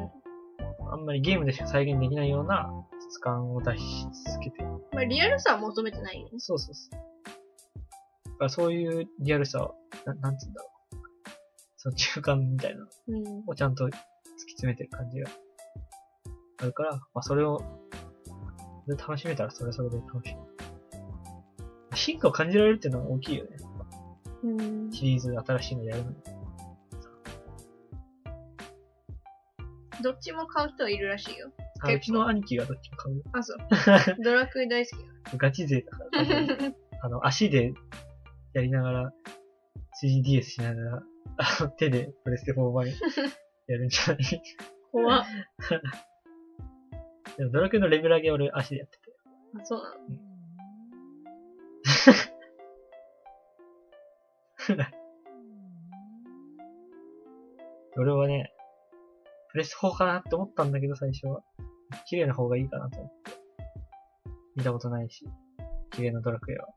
S1: あんまりゲームでしか再現できないような質感を出し続けてる。
S2: まあ、リアルさは求めてないよね。
S1: そうそうそう。だからそういうリアルさを、ななんつうんだろう。その中間みたいなの
S2: うん。
S1: をちゃんと突き詰めてる感じがあるから、まあそれを、それで楽しめたらそれはそれで楽しい。進化を感じられるっていうのが大きいよね。
S2: うん。
S1: シリーズ新しいのやるのに。
S2: どっちも買う人はいるらしいよ。
S1: あうちの兄貴がどっちも買うよ。
S2: あ、 そう。ドラクエ大好きよ。
S1: ガチ勢だから多分。あの、足でやりながら、3DS しながら、あの手でプレステ4版やるんじゃない
S2: 怖っ。
S1: でもドラクエのレベル上げ俺足でやってて。
S2: あ、そうなの。
S1: 俺はね、プレス4かなって思ったんだけど最初は。綺麗な方がいいかなと思って。見たことないし、綺麗なドラクエは。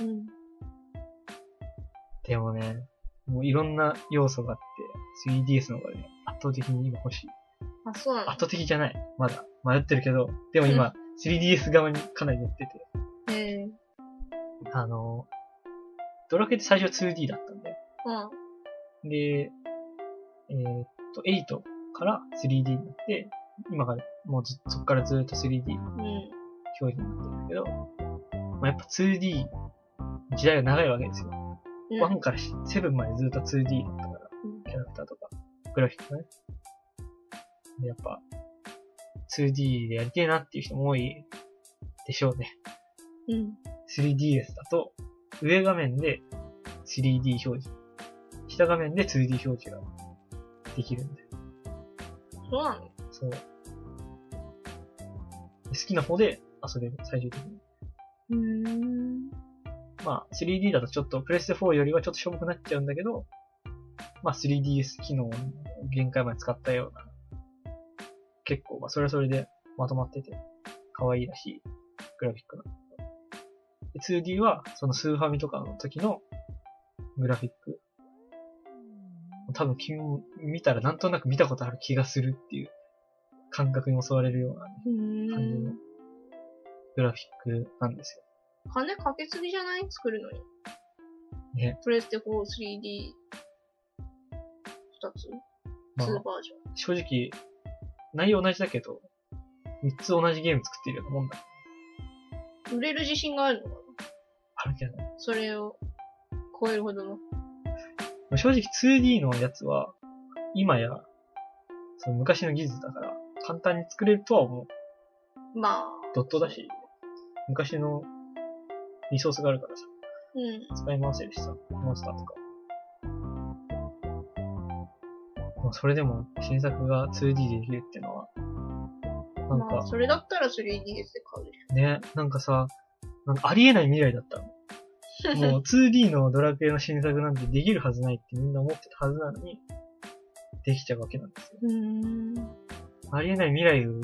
S2: うん。
S1: でもね、もういろんな要素があって、3DS の方がね、圧倒的に今欲しい。
S2: あ、そうな
S1: 圧倒的じゃない。まだ。迷ってるけど、でも今、3DS 側にかなり乗ってて。
S2: の。ええ
S1: あの、ドラクエって最初は 2D だったんだよ。
S2: うん。
S1: で、えーっと、8から 3D になって、今から、もうずそっからずーっと 3D
S2: うん。
S1: 表示になってるんだけど、まあ、やっぱ 2D、時代が長いわけですよ。
S2: う
S1: 1
S2: ん。
S1: から7までずっと 2D だったから
S2: うん、
S1: キャラクターとか、グラフィックね。で、やっぱ、2D でやりてえなっていう人も多いでしょうね。
S2: うん。
S1: 3DS だと、上画面で 3D 表示、下画面で 2D 表示ができるんで、
S2: そうなの。
S1: そう。で好きな方で遊べる、最終的に。
S2: うーん。
S1: まあ、3D だとちょっと、プレステ4よりはちょっとしょぼくなっちゃうんだけど、まあ、3DS 機能を限界まで使ったような、結構、まあ、それはそれでまとまってて、可愛いらしいグラフィックなんだけどで 2D は、そのスーファミとかの時のグラフィック。多分君も見たらなんとなく見たことある気がするっていう感覚に襲われるような
S2: う
S1: 感じ
S2: ー
S1: の
S2: ん。
S1: グラフィックなんですよ。
S2: 金かけすぎじゃない作るのに。
S1: ね。
S2: プレステ4、3D、二つ
S1: まあ
S2: ?2 バージョン。
S1: 正直、内容同じだけど、三つ同じゲーム作ってるようなもんだ。
S2: 売れる自信があるのか
S1: あるじゃない。
S2: なそれを超えるほどの。
S1: まあ正直 2D のやつは、今や、その昔の技術だから、簡単に作れるとは思う。
S2: まあ。
S1: ドットだし、昔のリソースがあるからさ、
S2: うん。
S1: 使い回せるしさ、モンスターとか。でもそれでも、新作が 2D でできるってのは、なん
S2: まあ、
S1: か、
S2: それだったら 3DS で買うでし
S1: ね、なんかさ、なんかありえない未来だったの。
S2: ょ。
S1: もう 2D のドラクエの新作なんてできるはずないってみんな思ってたはずなのに、できちゃうわけなんですよ。
S2: うーん。
S1: ありえない未来を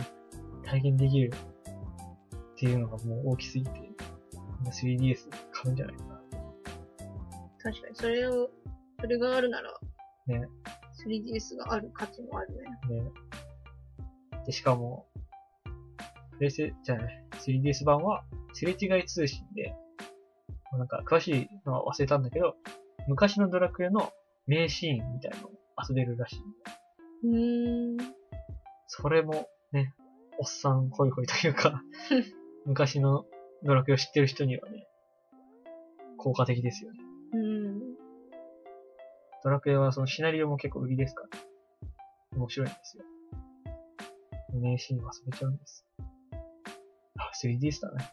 S1: 体現できるっていうのがもう大きすぎて、みんな 3DS 買うんじゃないかな。
S2: 確かに、それを、それがあるなら、
S1: ね。
S2: 3DS がある価値もあるね。
S1: ね。で、しかも、プレス、じゃない、3DS 版は、すれ違い通信で、なんか詳しいのは忘れたんだけど、昔のドラクエの名シーンみたいのを遊べるらしい。
S2: うーん。
S1: それもね、おっさんホイホイというか、昔のドラクエを知ってる人にはね、効果的ですよね。
S2: うん。
S1: ドラクエはそのシナリオも結構売りですから、面白いんですよ。名シーン忘れちゃうんです。あ、3DS だね。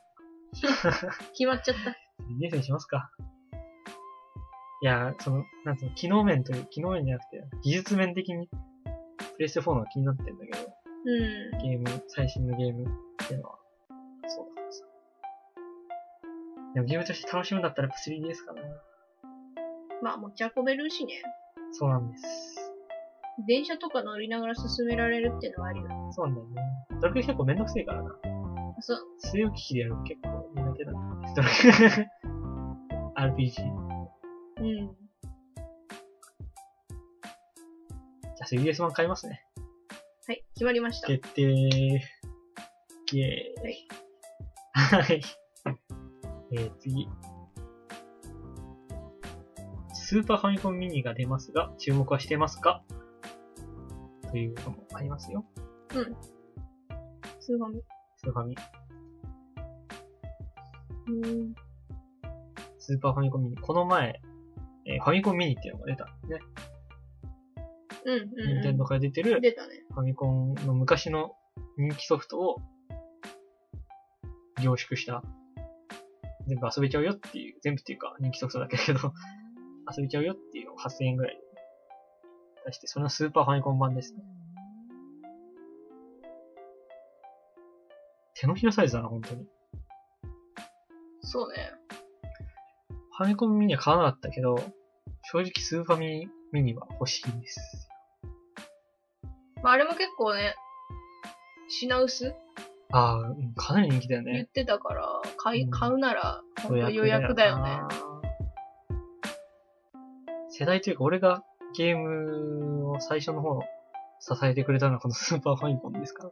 S2: 決まっちゃった。
S1: 2年にしますか。いやー、その、なんつうの、機能面という、機能面じゃなくて、技術面的に、プレステ4のが気になってんだけど、
S2: うん。
S1: ゲーム、最新のゲームっていうのは、そうだからさ。でもゲームとして楽しむんだったらやっぱ 3DS かな。
S2: まあ持ち運べるしね。
S1: そうなんです。
S2: 電車とか乗りながら進められるっていうのはありだね。
S1: そうなんだよね。ドラクエ結構めんどくせえからな。
S2: そう。
S1: 据え置き機でやるの結構苦手だな。ドラ クエ RPG。じ
S2: うん。
S1: ゃあ 3DS 版買いますね。
S2: はい、決まりました。
S1: 決定。イエーイ。はい。えー、次。スーパーファミコンミニが出ますが、注目はしてますかというのもありますよ。
S2: スーファミ。
S1: スーファミ。
S2: うん。
S1: スーパーファミコンミニ。この前、えーファミコンミニっていうのが出たんですね。
S2: うん、
S1: 任
S2: うん
S1: 天堂から出て
S2: うん。
S1: る
S2: 出たね。
S1: ファミコンの昔の人気ソフトを凝縮した。全部遊べちゃうよっていう、全部っていうか人気ソフトだけだけど、遊べちゃうよっていうのを8000円ぐらい出して、それのスーパーファミコン版ですね。手のひらサイズだな、本当に。
S2: そうね。
S1: ファミコンミニは買わなかったけど、正直スーファミミニは欲しいです。
S2: まああれも結構ね、品薄
S1: ああ、うんかなり人気だよ
S2: 言っ
S1: ね。
S2: てたから、買
S1: うん
S2: い、買うなら、本当予約だよね。
S1: 世代というか、俺がゲームを最初の方の支えてくれたのはこのスーパーファミコンですから。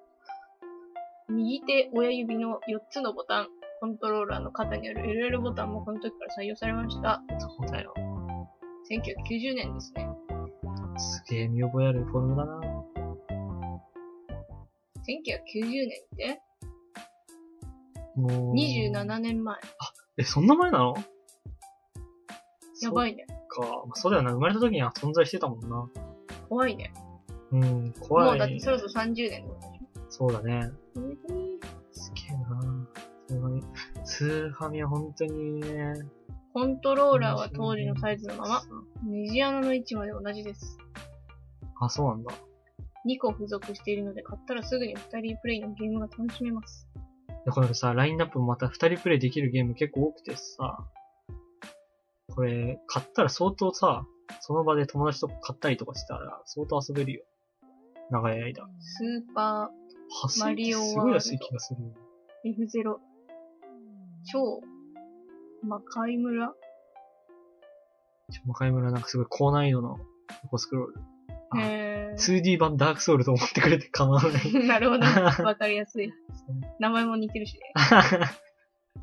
S2: 右手親指の4つのボタン、コントローラーの肩にある LL ボタンもこの時から採用されました。
S1: そうだよ。
S2: 1990年ですね。
S1: すげえ見覚えあるフォルムだな。
S2: 1990年って
S1: もう。
S2: 27年前。
S1: え、そんな前なの
S2: やば
S1: い。
S2: いね。
S1: そっか。まあそうだよな。生まれた時には存在してたもんな。
S2: 怖いね。
S1: うん、怖い。
S2: もうだってそろそろ30年とかでし
S1: そうだね。
S2: ょ。
S1: すげえな。スーファミ。スーファミは本当にね。
S2: コントローラーは当時のサイズのまま、
S1: そう。
S2: ネジ穴の位置まで同じです。
S1: あ、そうなんだ。
S2: 2個付属しているので買ったらすぐに2人プレイのゲームが楽しめます。
S1: で、これさ、ラインナップもまた二人プレイできるゲーム結構多くてさ、これ、買ったら相当さ、その場で友達と買ったりとかしたら、相当遊べるよ。長い間。
S2: スーパ
S1: 発
S2: マ
S1: 生
S2: リオワールド
S1: すごい安い気がする。
S2: ー F0、超、魔界村
S1: ちょ、魔界村なんかすごい高難易度の横スクロール。あ
S2: へー
S1: 2D 版ダークソウルと思ってくれて 構わない。
S2: なるほど。わかりやすい。名前も似てるしね。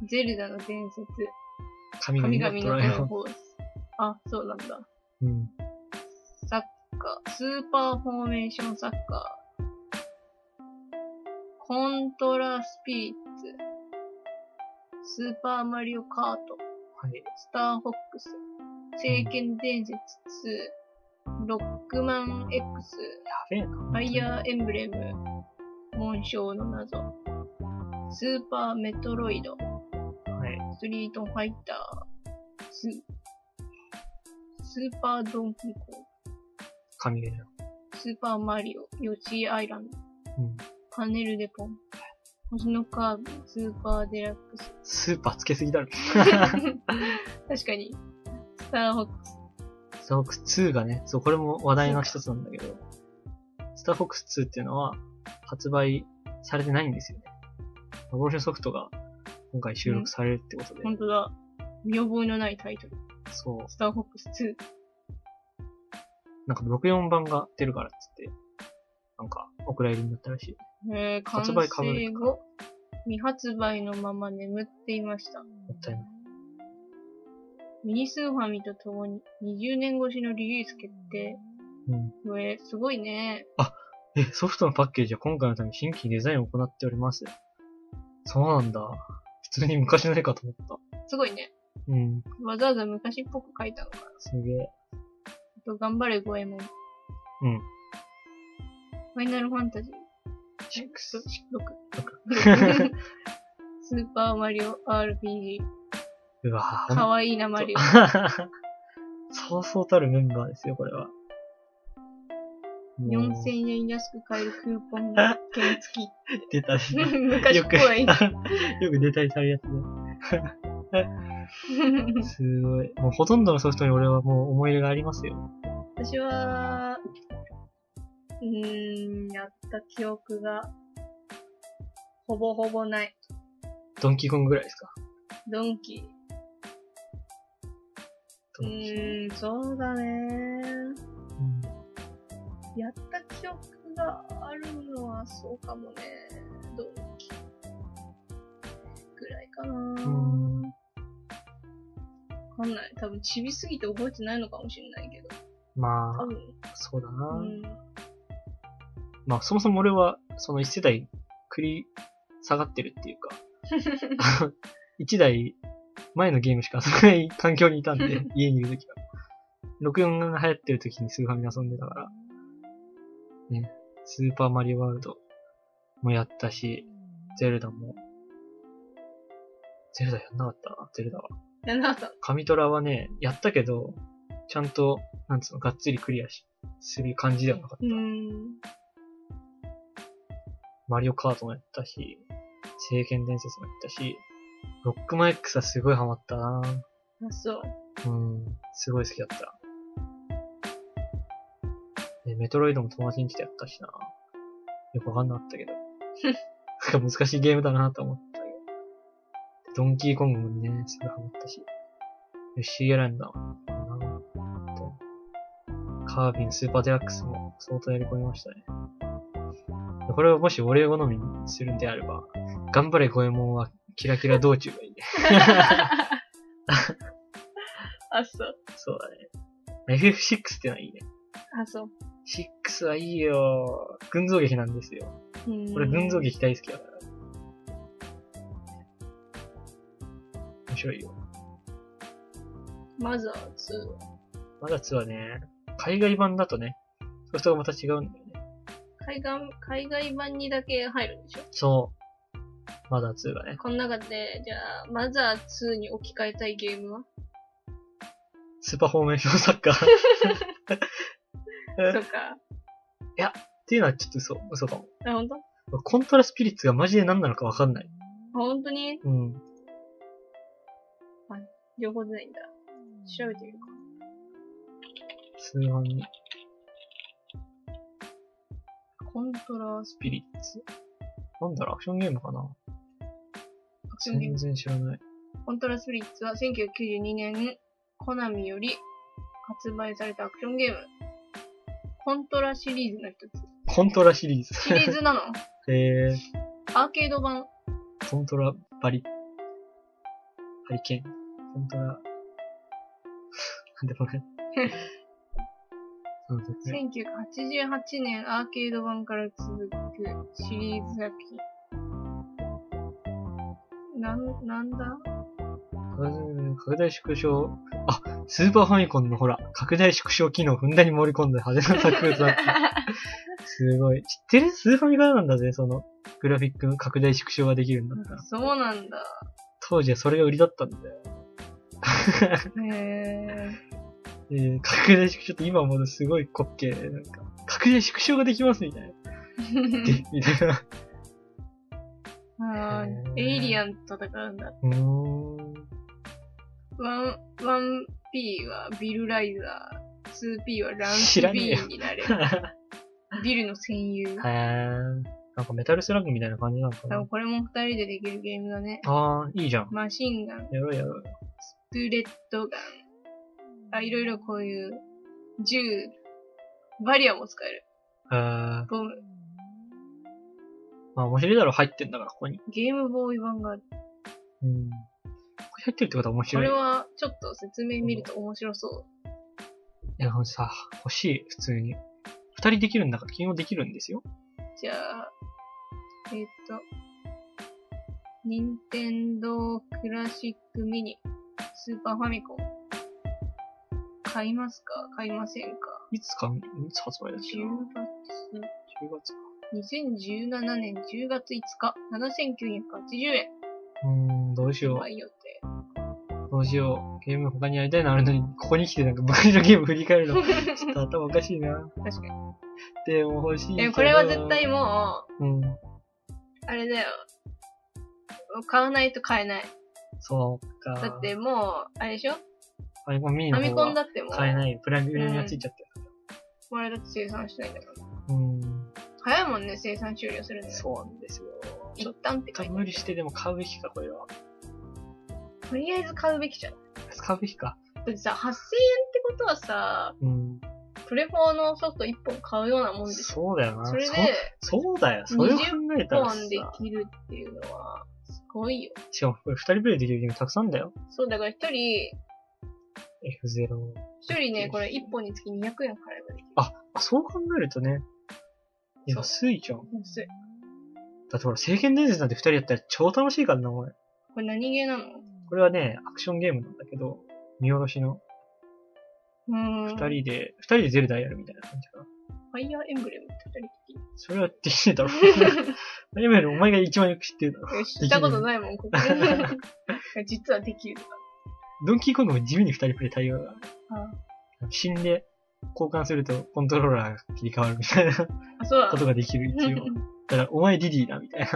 S2: ゼルダの伝説、
S1: 神
S2: 神
S1: 々
S2: 々
S1: のト
S2: のト
S1: ライ
S2: ラ
S1: ア
S2: イ
S1: ン。
S2: フォース。あ、そうなんだ。
S1: うん。
S2: サッカー、スーパーフォーメーションサッカー、コントラスピリッツ、スーパーマリオカート、
S1: はい。
S2: スターフォックス、聖剣伝説2、ロックマン X、
S1: やべえな。
S2: ファイヤーエンブレム、紋章の謎、スーパーメトロイド、
S1: はい。
S2: ストリートファイター、ス、スーパードンキーコング
S1: 神々だよ。
S2: スーパーマリオ、ヨッシーアイランド、
S1: うん。
S2: パネルデポン、星のカーブ、スーパーデラック ス。
S1: スーパーつけすぎだろ。
S2: 確かに、スターホックス。
S1: スターフォックス2がね、そう、これも話題の一つなんだけど、スターフォックス2っていうのは発売されてないんですよね。幻のソフトが今回収録されるってことで、
S2: 本当だ。見覚えのないタイトル。
S1: そう、
S2: スターホックス2。
S1: なんか64版が出るからっつって、なんかお蔵入りになったらしい。
S2: えー、完
S1: 発売被る
S2: 成後、未発売のまま眠っていました。
S1: もったいない。
S2: ミニスーファミと共に20年越しのリリース決定。
S1: うん。
S2: これ、すごいね。
S1: え、ソフトのパッケージは今回のために新規デザインを行っております。そうなんだ。普通に昔の絵かと思った。
S2: すごいね。
S1: うん。
S2: わざわざ昔っぽく書いたのかな。
S1: すげえ。
S2: あと、頑張れ、ゴエモン。
S1: うん。
S2: ファイナルファンタジー。
S1: シックス。
S2: 6。スーパーマリオ RPG。
S1: うわぁ。
S2: かわいいな、マリオ。
S1: そうそうたるメンバーですよ、これは。もう
S2: 4000円安く買えるクーポンが券付き。
S1: 出たりね。
S2: 昔っ
S1: よ
S2: ぽ
S1: く、
S2: い。
S1: よく出 たりされるやつね。すごい。もうほとんどのソフトに俺はもう思い入れがありますよ。
S2: 私は、うーん、やった記憶が、ほぼほぼない。
S1: ドンキーコングぐらいですか。
S2: ドンキ。う
S1: ドンキ
S2: ーん、そうだね。
S1: うん
S2: やった記憶があるのはそうかもね。ドンキ。ぐらいかな。
S1: ん
S2: わかんない。多分、ちびすぎて覚えてないのかもしれないけど。
S1: ま
S2: 多
S1: あ、
S2: 分。
S1: そうだな。
S2: うん。
S1: まあ、そもそも俺は、その一世代、繰り下がってるっていうか、一台、前のゲームしか遊べない環境にいたんで、家にいるときは。64が流行ってるときにスーファミで遊んでたから、ね、スーパーマリオワールドもやったし、ゼルダも、ゼルダやんなかったな、ゼルダは。
S2: やんなかっ
S1: 神トラはね、やったけど、ちゃんと、なんつうの、がっつりクリアし、する感じではなかった
S2: た。う。ーん。
S1: マリオカートもやったし、聖剣伝説もやったし、ロックマン X はすごいハマったな
S2: あ、そう。
S1: うん、すごい好きだった。でメトロイドも友達に来てやったしなよくわかんなかったけど。なんか難しいゲームだなと思ったけど。ドンキーコングもね、すごいハマったし。ヨッシーアランドもなとカービンスーパーデラックスも相当やり込みましたね。これをもし俺好みにするんであれば、頑張れゴエモンはキラキラ道中がいいね。
S2: あ、そう。
S1: そうだね。FF6 ってのはいいね。
S2: あ、そう。
S1: 6はいいよ。群像劇なんですよ。
S2: うーん
S1: 俺群像劇大好きだから。面白いよ。
S2: マザー2。
S1: まだ2はね、海外版だとね、ソフトがまた違うんだよね。
S2: 海外、海外版にだけ入るんでしょ
S1: そう。まだ2がね。
S2: この中で、じゃあ、マザー2に置き換えたいゲームは
S1: スーパーフォーメーションサッカー。っ
S2: とか。
S1: ていうのはちょっと嘘、嘘かも。
S2: あ、ほんと
S1: コントラスピリッツがマジで何なのかわかんない。
S2: あ、ほんとに
S1: うん。
S2: 情報出ないんだ。調べてみるか。
S1: スーファミ
S2: コントラス
S1: スピリッツ。なんだろう、アクションゲームかな
S2: アクションゲー
S1: 全
S2: ム。
S1: 然知らない。
S2: コントラスピリッツは1992年、コナミより発売されたアクションゲーム。コントラシリーズの一つ。
S1: コントラシリーズ。
S2: シリーズ なの
S1: え
S2: アーケード版。
S1: ー、コントラバリ、ハリケーン。コントラ、なんでもない。そうですね。
S2: 1988年アーケード版から続くシリーズ作品。なん、なんだ
S1: 拡大縮小、あ、スーパーファミコンのほら、拡大縮小機能をふんだんに盛り込んだ派手な作物だった。すごい。知ってるスーファミからなんだぜ、その、グラフィックの拡大縮小ができるんだったら。
S2: そうなんだ。
S1: 当時はそれが売りだったんだよ。
S2: へ
S1: えー、拡大縮小って今もうすごい滑稽。なんか、拡大縮小ができますみたいな。
S2: ー
S1: で、みたいな。
S2: あー。エイリアンと戦うんだ。
S1: うーん。
S2: ワン、ワン P はビルライザー、2P はラン
S1: 知
S2: ス
S1: らねえ
S2: ビ
S1: よ
S2: ーンになれる。
S1: へ
S2: ビルの戦友。
S1: え。なんかメタルスラッグみたいな感じなのか
S2: 多
S1: な
S2: 分。これも二人でできるゲームだね。
S1: ああ、いいじゃん。
S2: マシンガン、
S1: やろうやろう。
S2: スプレッドガン。あ、いろいろこういう、銃、バリアも使える。
S1: えー、
S2: ボム、
S1: まあ面白いだろ、入ってんだから、ここに。
S2: ゲームボーイ版がある。
S1: うん。こ入ってるってことは面
S2: こ
S1: 白い。
S2: れ
S1: い
S2: は、ちょっと説明見ると面白そ
S1: や、ほんとさ、欲しい、普通に。二人できるんだから、金曜できるんですよ。
S2: う。じゃあ、えーっと、任天堂クラシックミニ、スーパーファミコン。買いますか買いませんか
S1: いつか、いつ発売だっけ
S2: ?10
S1: な
S2: 月。
S1: 10月か。
S2: 2017年10月5日、7980円。
S1: うーん、どうしよう。
S2: 買い予定。
S1: どうしよう。ゲーム他にやりたいのあるのに、ここに来てなんか昔のゲーム振り返る の、ち
S2: 確
S1: ょっと頭おかしいな。
S2: かに。
S1: でも欲しいけど。
S2: でもこれは絶対も
S1: うん。
S2: う、あれだよ。買わないと買えない。
S1: そうか。
S2: だってもう、あれでしょフ
S1: ファミコンミニの
S2: ァミ
S1: 方
S2: コン
S1: は
S2: だってもう、
S1: 買えない。プラグがついちゃってる。
S2: これだって生産しないんだから。
S1: うん。
S2: 早いもんね、生産終了するの。
S1: そうなんですよ。ちょ
S2: 一
S1: っ
S2: 旦って書
S1: と
S2: いてあ
S1: 無
S2: る
S1: 理してでも買うべきか、これは。
S2: とりあえず買うべきじゃん。だ
S1: 買うべきか。
S2: ってさ、8000円ってことはさ、
S1: うん。
S2: プレフォーのソフト1本買うようなもんでし
S1: そ
S2: ょ。
S1: うだよな。
S2: それで、
S1: そそうだよ。それを考えた
S2: 1
S1: らさ
S2: 本。できるっていうのは、すごいよ。
S1: しかも、これ二人プレイできるゲームたくさんだよ。
S2: そう、だから一人、
S1: F0。
S2: 一人ね、これ一本につき200円払えばできる。
S1: あ、そう考えるとね。いや
S2: そ
S1: 安
S2: う
S1: いじゃん。
S2: 安い。
S1: だってほら、聖剣伝説なんて二人やったら超楽しいからな、これ。
S2: これ何ゲーなの
S1: これはね、アクションゲームなんだけど、見下ろしの
S2: うーん。
S1: 二人で、二人でゼルダやるみたいな感じかな。
S2: ファイヤーエンブレムって二人
S1: それはできねえ だろ。
S2: できる。
S1: 何よりお前が一番よく知ってるだろ。
S2: いや知ったことないもん、ここ。 実はできる。
S1: ドンキーコングも地味に二人プレイ対応が
S2: あ。
S1: 死んで交換するとコントローラーが切り替わるみ たいなこ
S2: あ、そうだ。
S1: とができる、一応。だから、お前ディディだ、みたいな。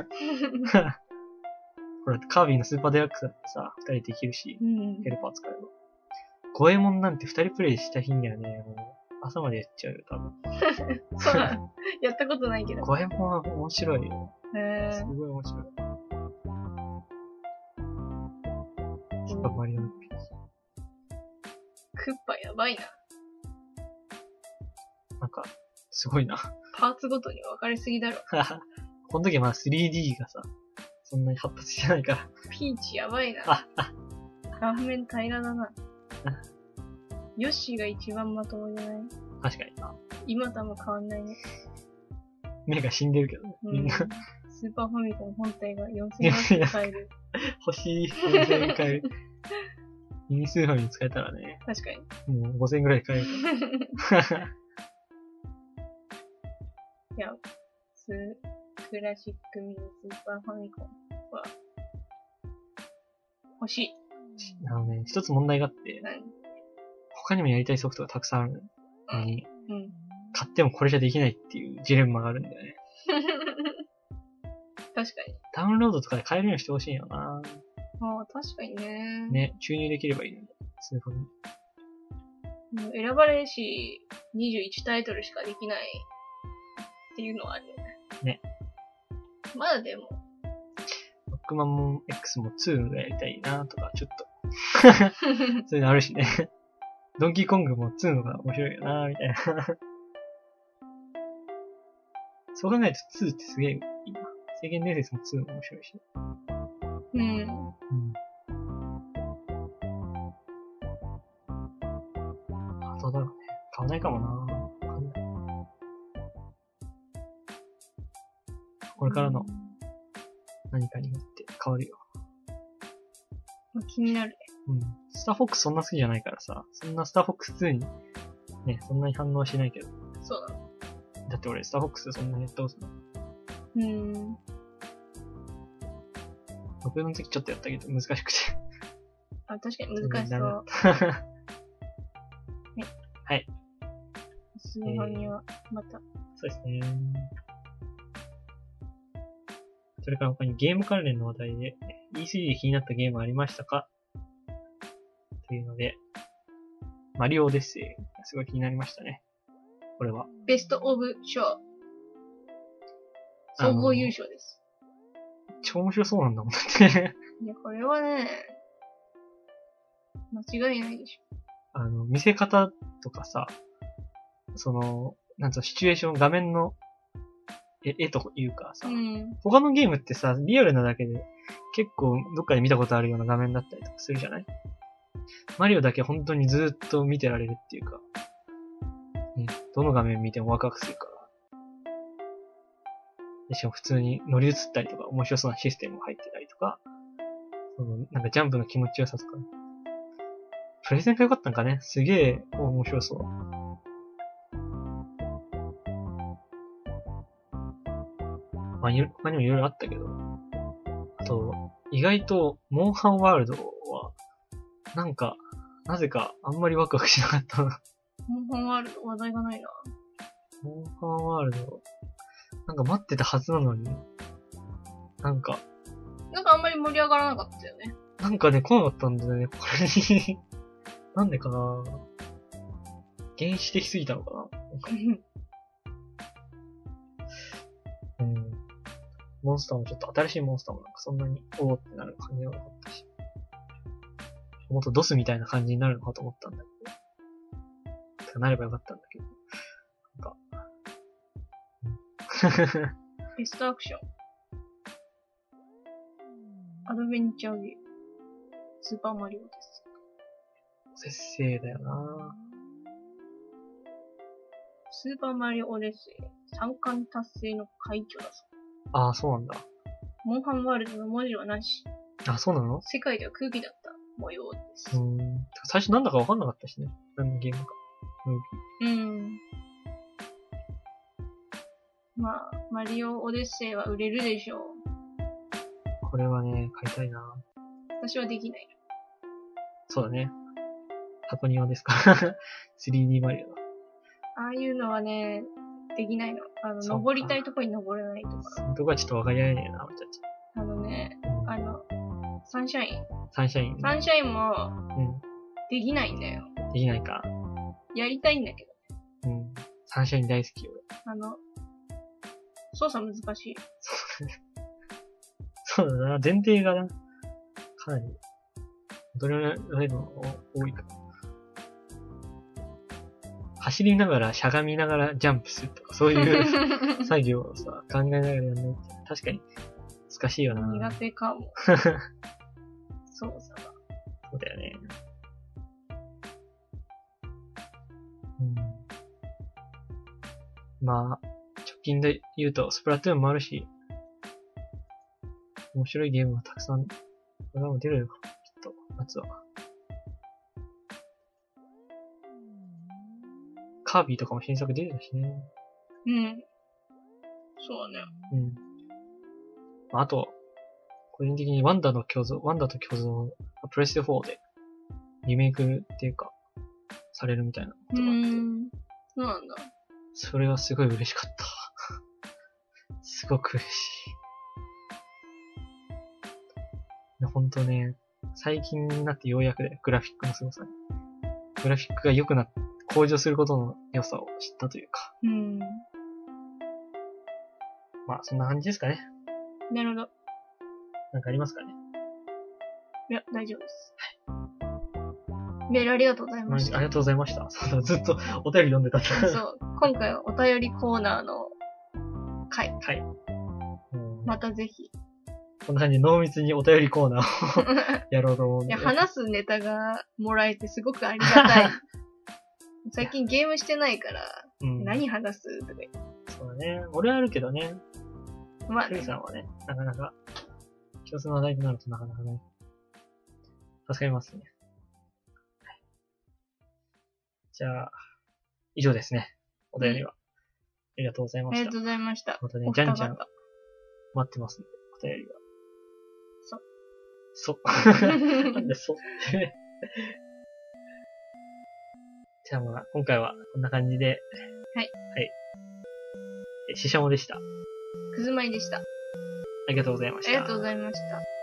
S1: ほら、カービィのスーパーデラックスだってさ、二人できるし、
S2: うん
S1: ヘルパー使えば。ゴエモンなんて二人プレイした日にはね、もう朝までやっちゃうよ、多分。
S2: そうだ。やったことないけ ど。
S1: ゴエモンは面白いよ。
S2: へ
S1: す
S2: ー
S1: ごい面白い。スーパーマリオのピーチ
S2: クッパやばいな。
S1: なんか、すごいな。
S2: パーツごとに分かれすぎだろ。
S1: この時はまあ 3D がさ、そんなに発達してないか
S2: ピーチやばいな
S1: あ。
S2: 顔面平らだな
S1: あ。
S2: ヨッシーが一番まともじゃない
S1: ら、確かにな。
S2: 今とあんま変わんないね。
S1: 目が死んでるけどね、
S2: う
S1: みん
S2: ん
S1: な。
S2: スーパーファミコン本体が4000円使える。
S1: 星4000回、ミニスーファミに使えたらね、
S2: 確かに。
S1: もう5000ぐらい買える から。
S2: いや、スクラシックミニスーパーファミコンは、欲しい。
S1: あのね、一つ問題があって、
S2: 何
S1: 他にもやりたいソフトがたくさんあるのに、
S2: うん。
S1: 買ってもこれじゃできないっていうジレンマがあるんだよね。
S2: 確か
S1: ダウンロードとかで買えるようにしてほしいよな。
S2: に。ああ、確かにね。
S1: ね、注入できればいいのに、スーファミ。
S2: もう選ばれし21タイトルしかできないっていうのはあるよね。
S1: ね。
S2: まだ でも、
S1: ロックマンモン X も2がやりたいなとか、ちょっと。そういうのあるしね。 ドンキーコングも2のが面白いよなみたいな。そう考えると2ってすげえいいな。制限伝説も2も面白いし。
S2: うん。
S1: うん。あとだろうね。買わないかもなわかんない。これからの何かによって変わるよ。
S2: まあ気になるね。
S1: うん。スターフォックスそんな好きじゃないからさ、そんなスターフォックス2に、ね、そんなに反応はしないけど。
S2: そうだ。
S1: だって俺、スターフォックスそんなにやったことない。
S2: うん。
S1: 僕の時ちょっとやったけど、難しくて。
S2: あ、確かに難し
S1: ダメ
S2: そ
S1: だっ。
S2: う
S1: た
S2: スーファミはま
S1: そ
S2: た。
S1: うですね。それから他にゲーム関連の話題で、E3 で気になったゲームありましたかというので、マリオオデッセイがすごい気になりましたね。これは。
S2: ベストオブ賞。
S1: あの
S2: 総合優勝です。
S1: 超面白そうなんだもんね。
S2: いや、これはね、間違いないでし
S1: あの、見せ方とかさ、その、なんつうの、シチュエーション、画面の絵絵というかさ、
S2: うん。
S1: 他のゲームってさ、リアルなだけで、結構どっかで見たことあるような画面だったりとかするじゃないマリオだけ本当にずーっと見てられるっていうか、ね、どの画面見てもワクワクするから。でしかも普通に乗り移ったりとか、面白そうなシステムが入ってたりとか、そのなんかジャンプの気持ちよさとか。プレゼンが良かったんかねすげえ面白そう。まあ、いろ他にもいろいろあったけど。あと、意外と、モンハンワールドは、なんか、なぜか、あんまりワクワクしなかった な。
S2: モンハンワールド話題がないな。
S1: モンハンワールド、なんか待ってたはずなのに、なんか、
S2: なんかあんまり盛り上がらなかったよね。
S1: なんかね、来なかったんだよね、これ に。なんでかな原始的すぎたのかなうん。モンスターもちょっと、新しいモンスターもなんかそんなに、おおってなる感じはなかったし。もっとドスみたいな感じになるのかと思ったんだけど。てかなればよかったんだけど。なんか。うん
S2: ベストアクション。アドベンチャーゲーム。スーパーマリオです。
S1: 節制だよな
S2: スーパーマリオオデッセイ。3冠達成の快挙だそう。
S1: ああ、そうなんだ。
S2: モンハンワールドの文字はなし。
S1: あ、そうなの
S2: 世界では空気だった模様です
S1: う。ーん。てか最初なんだかわかんなかったしね。何のゲームか。
S2: うん。まあ、マリオオデッセイは売れるでしょう。
S1: これはね、買いたいな
S2: 私はできない。
S1: そうだね。箱庭ですか 3D マリオだ。
S2: ああいうのはね、できないの。あの、
S1: そっか
S2: 登りたいとこに登れないとか。
S1: そのとこはちょっとわかり合えねえな、俺たち。
S2: あのね、
S1: うん
S2: あの、サンシャイン。
S1: サンシャイン、
S2: サンシャインも
S1: う
S2: できないんだよ。
S1: ん。できないか。
S2: やりたいんだけど。
S1: うん。サンシャイン大好き、俺。
S2: あの、操作難しい。
S1: そうだな。前提がな。かなり、踊れないのが多いから。走りながら、しゃがみながらジャンプするとか、そういう。作業をさ、考えながらやんないって、確かに、難しいよな。
S2: 苦手か も。操作が。
S1: そうだよね。うん。まあ、直近で言うと、スプラトゥーンもあるし、面白いゲームがたくさん、これからも出るよ、きっと、夏は。カービィとかも新作出てたしね。
S2: うん。そうだね。
S1: うん。まああと、個人的にワンダの共存、ワンダと共存をプレステ4でリメイクっていうか、されるみたいなこと
S2: う
S1: があって、
S2: ん。そうなんだ。
S1: それはすごい嬉しかった。 すごく嬉しい。いやほんとね、最近になってようやくね、グラフィックの凄さに。グラフィックが良くなっ、向上することの良さを知ったというか。
S2: うん。
S1: まあ、そんな感じですかね。
S2: なるほど。
S1: なんかありますかね。
S2: いや、大丈夫です。メールありがとうござい
S1: マ
S2: ま
S1: ジ
S2: し
S1: であり
S2: た。
S1: がとうございました。 そうだずっとお便り読んでたんだ。
S2: そう。今回はお便りコーナーの回。
S1: はい。うん
S2: またぜ ひ。
S1: こんな感じで濃密にお便りコー ナーをやろうと思うん
S2: い
S1: で。
S2: や、話すネタがもらえてすごくありがた い。最近ゲームしてないから、
S1: うん、
S2: 何話すとか言って。
S1: そうだね。俺はあるけどね。
S2: まあ
S1: ク
S2: ね、
S1: リさんはね、なかなか、一つの話題となるとなかなかね、助かりますね。はいじゃあ、以上ですね。お便りは。ありがとうござい
S2: あ
S1: ま
S2: り
S1: し
S2: が
S1: た
S2: と。うございました。
S1: またね
S2: お、
S1: じゃ
S2: 二
S1: んじゃん
S2: 方。
S1: 待ってますんで、お便りは。そ。
S2: そ。
S1: なんでそう って。じゃあまあ、今回はこんな感じで。
S2: はい。
S1: はい。えししゃもでした。あ
S2: くずまいでした。あ
S1: りがとうございました。
S2: りがとうございました。